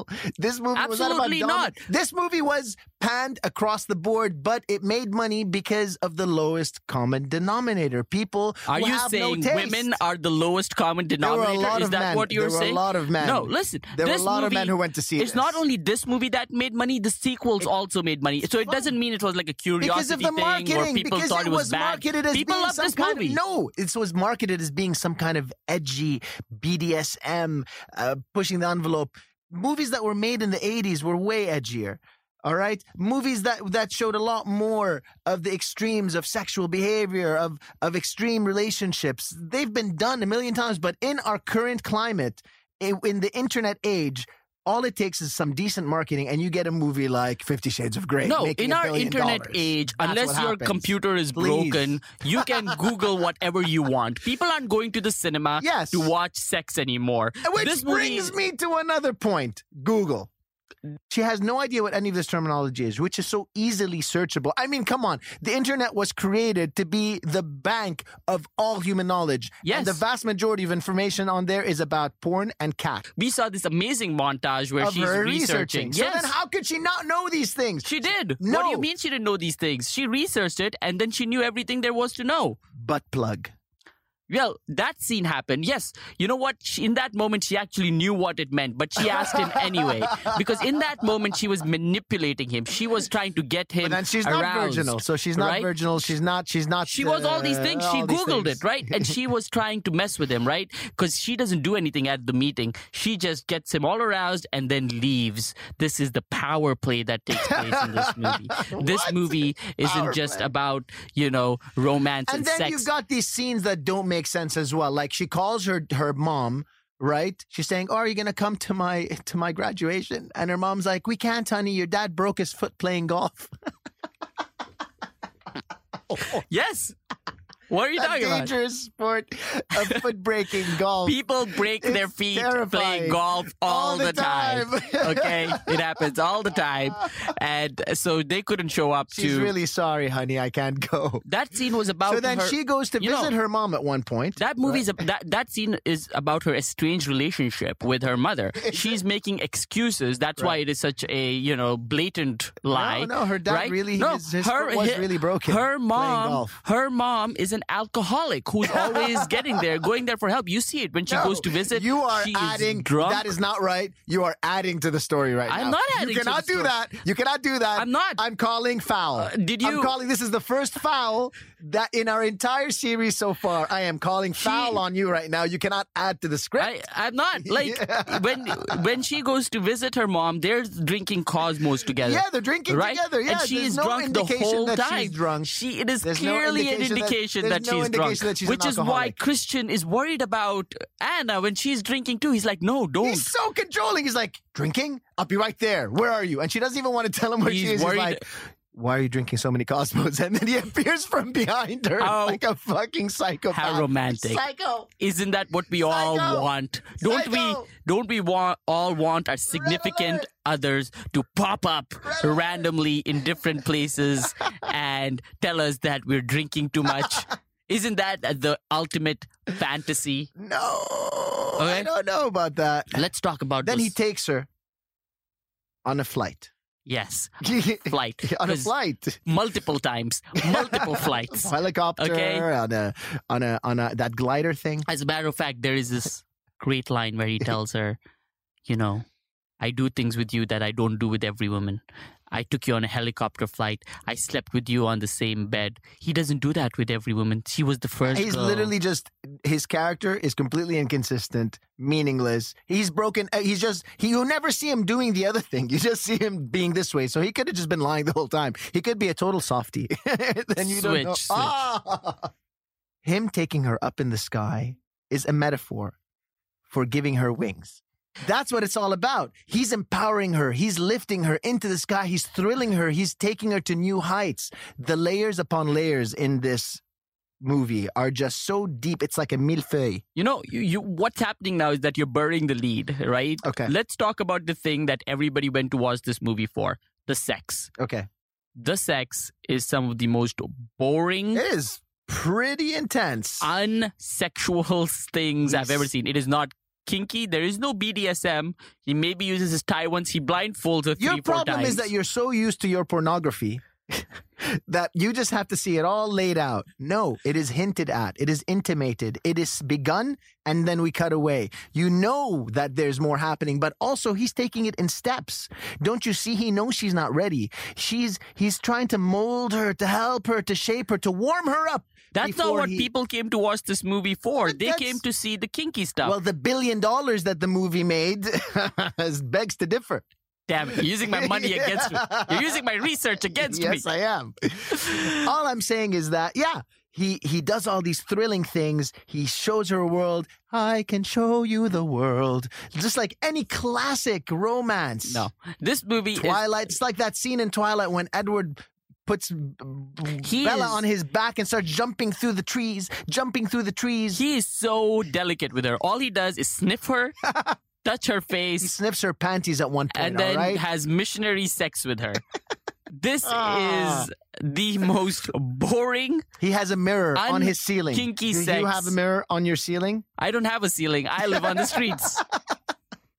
Speaker 1: This movie
Speaker 2: Absolutely
Speaker 1: was not about
Speaker 2: not.
Speaker 1: This movie was panned across the board, but it made money because of the lowest common denominator. People
Speaker 2: Are
Speaker 1: who
Speaker 2: you
Speaker 1: have no
Speaker 2: saying
Speaker 1: taste.
Speaker 2: women are the lowest common
Speaker 1: There were
Speaker 2: denominator?
Speaker 1: a lot
Speaker 2: Is
Speaker 1: of
Speaker 2: that
Speaker 1: men.
Speaker 2: what you're
Speaker 1: there
Speaker 2: saying?
Speaker 1: were a lot of men.
Speaker 2: No, listen.
Speaker 1: there were a
Speaker 2: this
Speaker 1: lot of
Speaker 2: movie
Speaker 1: men who went to see
Speaker 2: It's
Speaker 1: this.
Speaker 2: not only this movie that made money; the sequels also made money. So it doesn't mean it was like a
Speaker 1: because
Speaker 2: curiosity
Speaker 1: of the
Speaker 2: thing where
Speaker 1: marketing.
Speaker 2: people
Speaker 1: Because
Speaker 2: thought
Speaker 1: it
Speaker 2: it was,
Speaker 1: was
Speaker 2: bad.
Speaker 1: marketed as
Speaker 2: people
Speaker 1: being
Speaker 2: love
Speaker 1: some
Speaker 2: this
Speaker 1: kind
Speaker 2: movie.
Speaker 1: Of, no, it was marketed as being some kind of edgy BDSM, uh, pushing the envelope. Movies that were made in the '80s were way edgier. All right, movies that that showed a lot more of the extremes of sexual behavior, of of extreme relationships. They've been done a million times, but in our current climate, i- in the internet age. All it takes is some decent marketing, and you get a movie like Fifty Shades of Grey.
Speaker 2: No,
Speaker 1: making
Speaker 2: in
Speaker 1: a
Speaker 2: our
Speaker 1: billion
Speaker 2: internet
Speaker 1: dollars.
Speaker 2: age,
Speaker 1: That's
Speaker 2: unless
Speaker 1: what
Speaker 2: your
Speaker 1: happens.
Speaker 2: computer is
Speaker 1: Please.
Speaker 2: broken, you can Google whatever you want. People aren't going to the cinema
Speaker 1: Yes.
Speaker 2: to watch sex anymore.
Speaker 1: Which
Speaker 2: this
Speaker 1: brings
Speaker 2: movie,
Speaker 1: me to another point Google. She has no idea what any of this terminology is, which is so easily searchable. I mean, come on. The internet was created to be the bank of all human knowledge.
Speaker 2: Yes.
Speaker 1: And the vast majority of information on there is about porn and cat.
Speaker 2: we saw this amazing montage where
Speaker 1: of
Speaker 2: she's
Speaker 1: her
Speaker 2: researching.
Speaker 1: researching. So
Speaker 2: Yes.
Speaker 1: then how could she not know these things?
Speaker 2: she did. What do
Speaker 1: No.
Speaker 2: you mean she didn't know these things? She researched it and then she knew everything there was to know.
Speaker 1: Butt plug.
Speaker 2: Well, that scene happened. Yes. You know what? She, in that moment, she actually knew what it meant, but she asked him anyway. Because in that moment, she was manipulating him. She was trying to get him.
Speaker 1: But then she's not
Speaker 2: aroused,
Speaker 1: virginal. So she's not
Speaker 2: right?
Speaker 1: virginal. She's not, she's not.
Speaker 2: She was all these
Speaker 1: uh,
Speaker 2: things. She
Speaker 1: all these
Speaker 2: Googled
Speaker 1: things.
Speaker 2: it, right? And she was trying to mess with him, right? Because she doesn't do anything at the meeting. She just gets him all aroused and then leaves. This is the power play that takes place in this movie. this
Speaker 1: What?
Speaker 2: movie isn't
Speaker 1: Power
Speaker 2: just
Speaker 1: play.
Speaker 2: about, you know, romance and,
Speaker 1: and then
Speaker 2: sex.
Speaker 1: you've got these scenes that don't make sense as well. Like she calls her her mom, right? She's saying, oh, "Are you gonna come to my to my graduation?" And her mom's like, "We can't, honey. Your dad broke his foot playing golf."
Speaker 2: yes. What are you
Speaker 1: A
Speaker 2: talking about?
Speaker 1: dangerous sport of foot breaking golf.
Speaker 2: People break their
Speaker 1: It's
Speaker 2: feet playing
Speaker 1: terrifying.
Speaker 2: golf all,
Speaker 1: All the time.
Speaker 2: okay, it happens all the time, and so they couldn't show up
Speaker 1: She's
Speaker 2: to.
Speaker 1: really sorry, honey. I can't go.
Speaker 2: that scene was about
Speaker 1: So then
Speaker 2: her-
Speaker 1: she goes to
Speaker 2: you know,
Speaker 1: visit her mom at one point.
Speaker 2: That movie's ab that that scene is about her estranged relationship with her mother. She's making excuses. That's why it is such a you know blatant lie.
Speaker 1: no, her dad
Speaker 2: right?
Speaker 1: really-
Speaker 2: no,
Speaker 1: his- his foot was
Speaker 2: hi-
Speaker 1: really broken
Speaker 2: Her
Speaker 1: playing
Speaker 2: mom,
Speaker 1: golf.
Speaker 2: her mom is an alcoholic who's always getting there, going there for help. You see it when she
Speaker 1: No,
Speaker 2: goes to visit.
Speaker 1: You are
Speaker 2: she
Speaker 1: adding.
Speaker 2: Is drunk.
Speaker 1: That is not right. You are adding to the story right now.
Speaker 2: I'm not adding
Speaker 1: You
Speaker 2: to the
Speaker 1: cannot
Speaker 2: story.
Speaker 1: do that. You cannot do that.
Speaker 2: I'm not. Uh,
Speaker 1: I'm calling foul.
Speaker 2: did
Speaker 1: I'm
Speaker 2: you-
Speaker 1: calling. This is the first foul that in our entire series so far. I am calling foul on you right now. You cannot add to the script.
Speaker 2: I, I'm not like when when she goes to visit her mom. They're drinking Cosmos together.
Speaker 1: yeah, they're drinking
Speaker 2: right?
Speaker 1: together. Yeah,
Speaker 2: and she
Speaker 1: there's
Speaker 2: is
Speaker 1: no
Speaker 2: drunk the
Speaker 1: indication
Speaker 2: whole
Speaker 1: that
Speaker 2: time.
Speaker 1: she's drunk.
Speaker 2: She it is
Speaker 1: There's no
Speaker 2: clearly
Speaker 1: indication
Speaker 2: an
Speaker 1: that- there's
Speaker 2: indication that,
Speaker 1: no
Speaker 2: she's
Speaker 1: indication
Speaker 2: drunk,
Speaker 1: that she's an
Speaker 2: which is why
Speaker 1: alcoholic.
Speaker 2: Christian is worried about Anna when she's drinking too. He's like, no, don't.
Speaker 1: He's so controlling. He's like, drinking? I'll be right there. Where are you? And she doesn't even want to tell him where she
Speaker 2: He's
Speaker 1: is. He's
Speaker 2: worried-
Speaker 1: like, why are you drinking so many Cosmos? And then he appears from behind her
Speaker 2: Oh.
Speaker 1: like a fucking psychopath.
Speaker 2: How romantic.
Speaker 1: Psycho.
Speaker 2: Isn't that what we all
Speaker 1: Psycho!
Speaker 2: want? Don't
Speaker 1: Psycho!
Speaker 2: we? Don't we want all want our significant
Speaker 1: alert!
Speaker 2: others to pop up
Speaker 1: alert!
Speaker 2: randomly in different places and tell us that we're drinking too much? Isn't that the ultimate fantasy?
Speaker 1: No. I
Speaker 2: Okay.
Speaker 1: don't know about that.
Speaker 2: Let's talk about
Speaker 1: Then
Speaker 2: those-
Speaker 1: he takes her on a flight.
Speaker 2: yes
Speaker 1: on
Speaker 2: flight
Speaker 1: a
Speaker 2: 'Cause
Speaker 1: flight.
Speaker 2: multiple times, multiple flights.
Speaker 1: Helicopter
Speaker 2: Okay.
Speaker 1: on a on a on a that glider thing.
Speaker 2: As a matter of fact, there is this great line where he tells her, you know, I do things with you that I don't do with every woman. I took you on a helicopter flight. I slept with you on the same bed. He doesn't do that with every woman. She was the first.
Speaker 1: He's
Speaker 2: girl.
Speaker 1: literally just his character is completely inconsistent, meaningless. He's broken. uh, He's just he. You never see him doing the other thing. You just see him being this way. So he could have just been lying the whole time. He could be a total softie. then you don't know.
Speaker 2: Switch, switch.
Speaker 1: Ah! Him taking her up in the sky is a metaphor for giving her wings. That's what it's all about. He's empowering her. He's lifting her into the sky. He's thrilling her. He's taking her to new heights. The layers upon layers in this movie are just so deep. It's like a millefeuille.
Speaker 2: You know, you, you what's happening now is that you're burying the lead, right?
Speaker 1: Okay.
Speaker 2: Let's talk about the thing that everybody went to watch this movie for: the sex.
Speaker 1: Okay.
Speaker 2: The sex is some of the most boring.
Speaker 1: It is pretty intense.
Speaker 2: unsexual things I've ever
Speaker 1: Yes.
Speaker 2: seen. It is not kinky. There is no BDSM. He maybe uses his tie once. He blindfolds her three,
Speaker 1: Your
Speaker 2: four
Speaker 1: problem
Speaker 2: times.
Speaker 1: is that you're so used to your pornography that you just have to see it all laid out. No, it is hinted at, it is intimated, it is begun, and then we cut away. You know that there's more happening, but also he's taking it in steps. Don't you see? He knows she's not ready. She's he's trying to mold her, to help her, to shape her, to warm her up.
Speaker 2: That's not
Speaker 1: before
Speaker 2: what
Speaker 1: he-
Speaker 2: people came to watch this movie for.
Speaker 1: But
Speaker 2: They
Speaker 1: that's-
Speaker 2: came to see the kinky stuff.
Speaker 1: Well, the billion dollars that the movie made begs to differ.
Speaker 2: Damn it, you're using my money against me. You're using my research against
Speaker 1: yes,
Speaker 2: me.
Speaker 1: I am. all I'm saying is that, yeah, he he does all these thrilling things. He shows her a world. I can show you the world, just like any classic romance.
Speaker 2: No, this movie is
Speaker 1: Twilight. It's like that scene in Twilight when Edward puts
Speaker 2: He
Speaker 1: Bella
Speaker 2: is-
Speaker 1: on his back and starts jumping through the trees, jumping through the trees.
Speaker 2: he is so delicate with her. All he does is sniff her, touch her
Speaker 1: He
Speaker 2: face,
Speaker 1: snips her panties at one point.
Speaker 2: and then
Speaker 1: all right.
Speaker 2: has missionary sex with her. This
Speaker 1: Ah.
Speaker 2: is the most boring.
Speaker 1: He has a mirror on
Speaker 2: Un-
Speaker 1: his ceiling.
Speaker 2: kinky
Speaker 1: Do
Speaker 2: sex.
Speaker 1: you have a mirror on your ceiling?
Speaker 2: I don't have a ceiling. I live on the streets.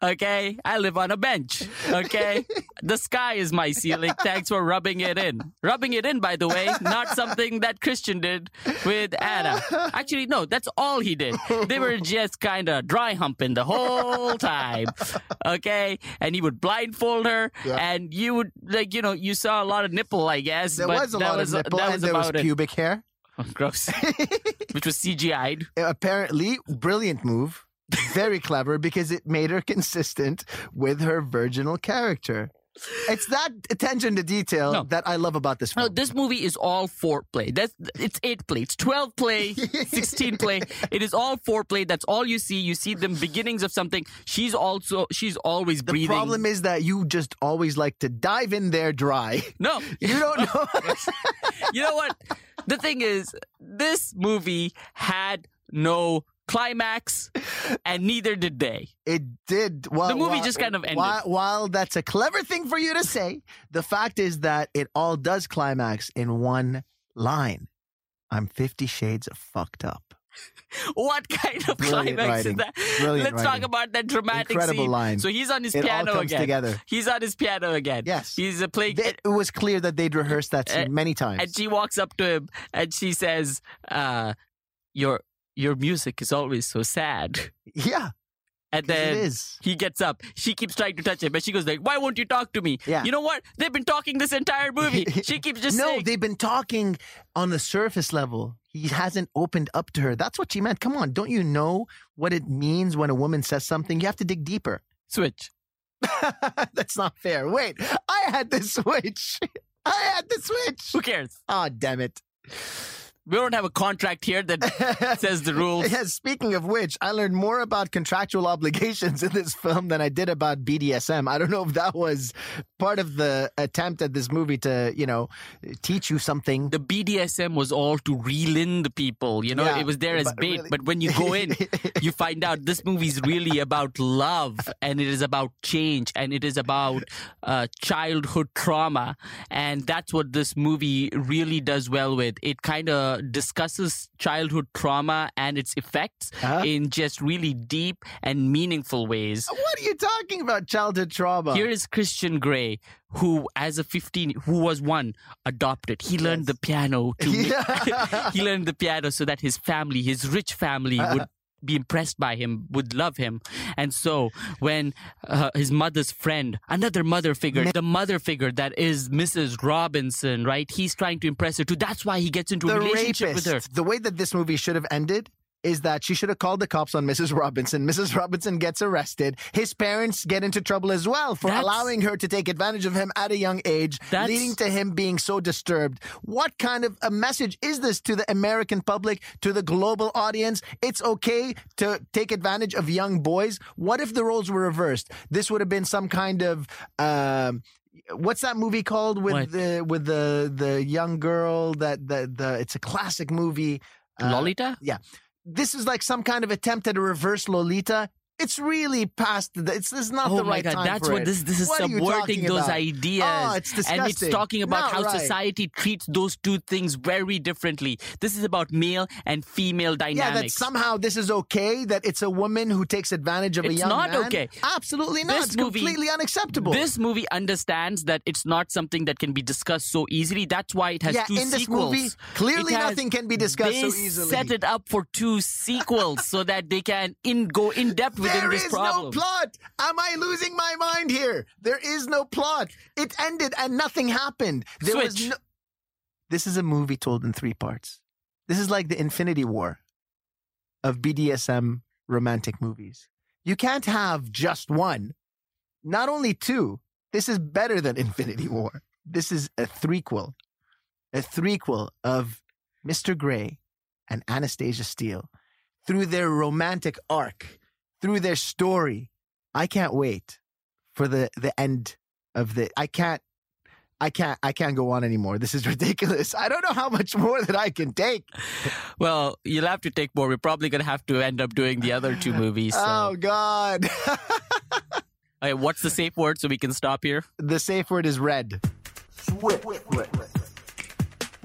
Speaker 2: Okay, I live on a bench. Okay, the sky is my ceiling. Thanks for rubbing it in. Rubbing it in, by the way, not something that Christian did with Anna. Actually, no, that's all he did. They were just kind of dry humping the whole time. Okay, and he would blindfold her,
Speaker 1: Yeah.
Speaker 2: and you would like, you know, you saw a lot of nipple, I guess.
Speaker 1: There
Speaker 2: but
Speaker 1: was a
Speaker 2: that
Speaker 1: lot
Speaker 2: was,
Speaker 1: of nipple,
Speaker 2: that
Speaker 1: and
Speaker 2: was
Speaker 1: there was
Speaker 2: about it.
Speaker 1: pubic hair. Uh,
Speaker 2: Gross, which was CGI'd.
Speaker 1: Apparently, brilliant move. Very clever because it made her consistent with her virginal character. It's that attention to detail
Speaker 2: No.
Speaker 1: that I love about this
Speaker 2: No,
Speaker 1: film.
Speaker 2: this movie is all foreplay. That's it's eight play, it's twelve play, sixteen play. It is all foreplay. That's all you see. You see the beginnings of something. She's also she's always
Speaker 1: the
Speaker 2: breathing.
Speaker 1: problem is that you just always like to dive in there dry.
Speaker 2: no,
Speaker 1: You don't know.
Speaker 2: you know what? The thing is, this movie had no climax, and neither did they.
Speaker 1: It did. While,
Speaker 2: The movie
Speaker 1: while-
Speaker 2: just kind of ended.
Speaker 1: While, while that's a clever thing for you to say, the fact is that it all does climax in one line. I'm 50 shades of fucked up.
Speaker 2: What kind of
Speaker 1: Brilliant
Speaker 2: climax
Speaker 1: writing.
Speaker 2: is that?
Speaker 1: Brilliant
Speaker 2: Let's
Speaker 1: writing.
Speaker 2: talk about that dramatic
Speaker 1: Incredible
Speaker 2: scene.
Speaker 1: line.
Speaker 2: So he's on his
Speaker 1: it
Speaker 2: piano
Speaker 1: all comes
Speaker 2: again.
Speaker 1: together.
Speaker 2: He's on his piano again.
Speaker 1: Yes.
Speaker 2: He's uh, playing.
Speaker 1: It, it was clear that they'd rehearsed that
Speaker 2: Uh,
Speaker 1: scene many times.
Speaker 2: and she walks up to him and she says, uh, "Your your music is always so sad."
Speaker 1: yeah,
Speaker 2: And
Speaker 1: 'cause it
Speaker 2: then
Speaker 1: is.
Speaker 2: he gets up. She keeps trying to touch him, but she goes like, "Why won't you talk to me?"
Speaker 1: Yeah.
Speaker 2: You know what? They've been talking this entire movie. she keeps just
Speaker 1: no,
Speaker 2: saying,
Speaker 1: they've been talking on the surface level. He hasn't opened up to her. That's what she meant. Come on, don't you know what it means when a woman says something? You have to dig deeper.
Speaker 2: "Switch."
Speaker 1: That's not fair. Wait, I had the switch. I had the
Speaker 2: Who
Speaker 1: switch.
Speaker 2: cares?
Speaker 1: Oh, damn it.
Speaker 2: We don't have a contract here that says the rules.
Speaker 1: Yes, speaking of which, I learned more about contractual obligations in this film than I did about BDSM. I don't know if that was part of the attempt at this movie to, you know, teach you something.
Speaker 2: The BDSM was all to reel in the people. You know,
Speaker 1: Yeah,
Speaker 2: it was there as
Speaker 1: but
Speaker 2: bait.
Speaker 1: really-
Speaker 2: But when you go in, you find out this movie's really about love and it is about change and it is about uh, childhood trauma and that's what this movie really does well with it kind of discusses childhood trauma and its effects
Speaker 1: Huh?
Speaker 2: in just really deep and meaningful ways
Speaker 1: What are you talking about? Childhood trauma.
Speaker 2: here is Christian Grey, who, as a 15, who was one adopted. He learned
Speaker 1: Yes.
Speaker 2: the piano to. make-
Speaker 1: Yeah.
Speaker 2: he learned the piano so that his family, his rich family, would be impressed by him, would love him, and so when uh, his mother's friend, another mother figure, the mother figure that is Mrs. Robinson, right? He's trying to impress her too. That's why he gets into a
Speaker 1: the
Speaker 2: relationship with her.
Speaker 1: rapist. The way that this movie should have ended is that she should have called the cops on Mrs. Robinson. Mrs. Robinson gets arrested. His parents get into trouble as well for
Speaker 2: That's-
Speaker 1: allowing her to take advantage of him at a young age,
Speaker 2: That's-
Speaker 1: leading to him being so disturbed. What kind of a message is this to the American public, to the global audience? It's okay to take advantage of young boys. What if the roles were reversed? This would have been some kind of um what's that movie called with
Speaker 2: What?
Speaker 1: the with the the young girl that the the it's a classic movie. uh,
Speaker 2: Lolita.
Speaker 1: This is like some kind of attempt at a reverse Lolita It's really past. The, it's this is not
Speaker 2: oh
Speaker 1: the
Speaker 2: my
Speaker 1: right
Speaker 2: god,
Speaker 1: time
Speaker 2: that's
Speaker 1: for
Speaker 2: what
Speaker 1: it.
Speaker 2: this this is
Speaker 1: What are you
Speaker 2: subverting
Speaker 1: talking
Speaker 2: those
Speaker 1: about?
Speaker 2: ideas.
Speaker 1: Oh, it's disgusting.
Speaker 2: And it's talking about
Speaker 1: Not
Speaker 2: how
Speaker 1: right.
Speaker 2: society treats those two things very differently. This is about male and female
Speaker 1: Yeah,
Speaker 2: dynamics.
Speaker 1: that somehow this is okay. That it's a woman who takes advantage of a
Speaker 2: It's
Speaker 1: young
Speaker 2: not
Speaker 1: man.
Speaker 2: okay.
Speaker 1: Absolutely not.
Speaker 2: This
Speaker 1: it's
Speaker 2: movie-
Speaker 1: completely unacceptable.
Speaker 2: This movie understands that it's not something that can be discussed so easily. That's why it has
Speaker 1: yeah,
Speaker 2: two
Speaker 1: in this
Speaker 2: sequels.
Speaker 1: movie, clearly
Speaker 2: It has-
Speaker 1: nothing can be discussed
Speaker 2: they
Speaker 1: so easily.
Speaker 2: set it up for two sequels so that they can in go in depth within
Speaker 1: There
Speaker 2: this
Speaker 1: is no
Speaker 2: problem.
Speaker 1: plot. Am I losing my mind here? There is no plot. It ended and nothing happened. There was
Speaker 2: Switch.
Speaker 1: no. This is a movie told in three parts. This is like the Infinity War of BDSM romantic movies. You can't have just one. Not only two. This is better than Infinity War. This is a threequel, a threequel of Mr. Grey and Anastasia Steele through their romantic arc through their story. I can't wait for the the end of the. I can't. I can't. I can't go on anymore. This is ridiculous. I don't know how much more that I can take.
Speaker 2: Well, you'll have to take more. We're probably gonna have to end up doing the other two movies. So.
Speaker 1: Oh God.
Speaker 2: Okay, what's the safe word so we can stop here?
Speaker 1: the safe word is red. All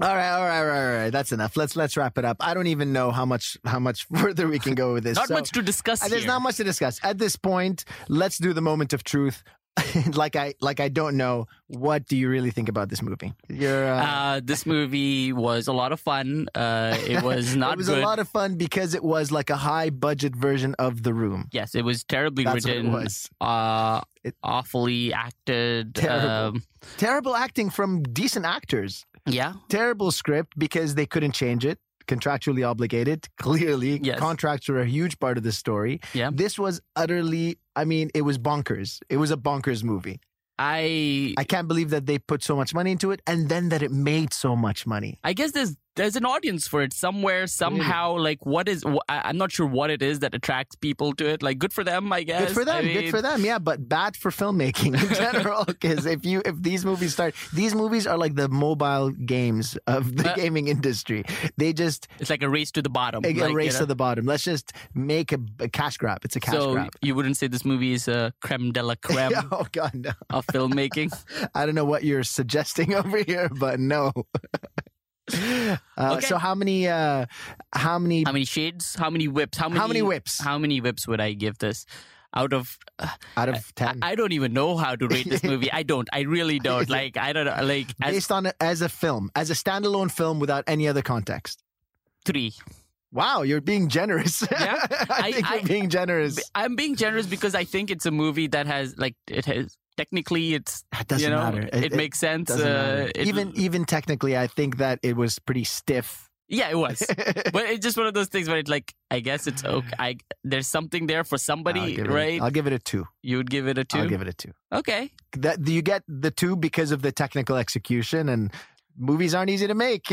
Speaker 1: right, all right, all right, all right. That's enough. Let's let's wrap it up. I don't even know how much how much further we can go with this.
Speaker 2: Not
Speaker 1: So-
Speaker 2: much to discuss
Speaker 1: Uh,
Speaker 2: here.
Speaker 1: There's not much to discuss at this point. Let's do the moment of truth. like I like I don't know. What do you really think about this movie? You're, uh,
Speaker 2: uh, this movie was a lot of fun. Uh, it was not
Speaker 1: it was
Speaker 2: good.
Speaker 1: a lot of fun because it was like a high budget version of The Room.
Speaker 2: yes, it was terribly
Speaker 1: That's what it
Speaker 2: written.
Speaker 1: was.
Speaker 2: Uh,
Speaker 1: It-
Speaker 2: awfully acted.
Speaker 1: Terrible.
Speaker 2: Um,
Speaker 1: Terrible acting from decent actors.
Speaker 2: yeah,
Speaker 1: Terrible script because they couldn't change it. Contractually obligated, clearly.
Speaker 2: Yes.
Speaker 1: Contracts were a huge part of the story.
Speaker 2: Yeah.
Speaker 1: This was utterly, I mean, it was bonkers. It was a bonkers movie.
Speaker 2: I,
Speaker 1: I
Speaker 2: I
Speaker 1: can't believe that they put so much money into it and then that it made so much money.
Speaker 2: guess there's there's an audience for it somewhere somehow. Like what is wh- I- I'm not sure what it is that attracts people to it. Like good for them, I guess.
Speaker 1: Good for
Speaker 2: I
Speaker 1: them. good for
Speaker 2: mean,
Speaker 1: them. Yeah, but bad for filmmaking in general. Because if you if these movies start, these movies are like the mobile games of the
Speaker 2: Uh,
Speaker 1: gaming industry. They just
Speaker 2: It's like a race to the bottom.
Speaker 1: a
Speaker 2: like, you
Speaker 1: race to
Speaker 2: know?
Speaker 1: the bottom. Let's just make a, a cash grab. It's a cash
Speaker 2: so um,
Speaker 1: grab.
Speaker 2: you wouldn't say this movie is a creme de la creme
Speaker 1: oh god, no!
Speaker 2: of filmmaking.
Speaker 1: I don't know what you're suggesting over here, but no. uh,
Speaker 2: Okay. Um,
Speaker 1: So how many? Uh, how many?
Speaker 2: How many shades? How many whips? How many?
Speaker 1: How many whips?
Speaker 2: How many whips would I give this? Out of uh,
Speaker 1: out of ten?
Speaker 2: I don't even know how to rate this movie. I don't. I really don't. Like I don't know. Like as
Speaker 1: Based on it as a film, as a standalone film without any other context.
Speaker 2: three.
Speaker 1: Wow, you're being generous.
Speaker 2: Yeah,
Speaker 1: I,
Speaker 2: I-
Speaker 1: think
Speaker 2: I-
Speaker 1: you're being generous.
Speaker 2: I'm being generous because I think it's a movie that has like it has technically it's
Speaker 1: That doesn't
Speaker 2: you know
Speaker 1: matter.
Speaker 2: It, makes sense.
Speaker 1: doesn't
Speaker 2: uh,
Speaker 1: matter.
Speaker 2: it-
Speaker 1: even even technically, I think that it was pretty stiff.
Speaker 2: yeah, it was. but it's just one of those things where it like I guess it's okay. I, there's something there for
Speaker 1: I'll
Speaker 2: somebody,
Speaker 1: give it a-
Speaker 2: right?
Speaker 1: I'll give it a 2
Speaker 2: you would give it a
Speaker 1: i I'll
Speaker 2: two.
Speaker 1: give it a two.
Speaker 2: Okay.
Speaker 1: That you get the two because of the technical execution, and movies aren't easy to make.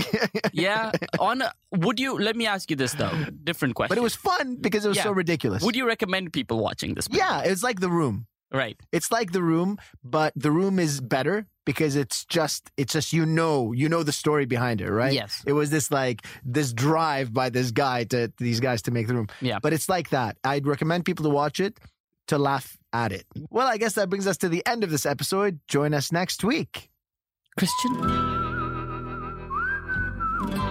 Speaker 2: Yeah. On a, would you? Let me ask you this though. Different question.
Speaker 1: but it was fun because it was
Speaker 2: Yeah.
Speaker 1: so ridiculous.
Speaker 2: Would you recommend people watching this? Movie?
Speaker 1: yeah, it's like The Room.
Speaker 2: Right.
Speaker 1: It's like The Room, but The Room is better because it's just it's just you know you know the story behind it, right?
Speaker 2: Yes.
Speaker 1: It was this like this drive by this guy to these guys to make the room.
Speaker 2: Yeah.
Speaker 1: But it's like that. I'd recommend people to watch it to laugh at it. Well, I guess that brings us to the end of this episode. Join us next week.
Speaker 2: Christian.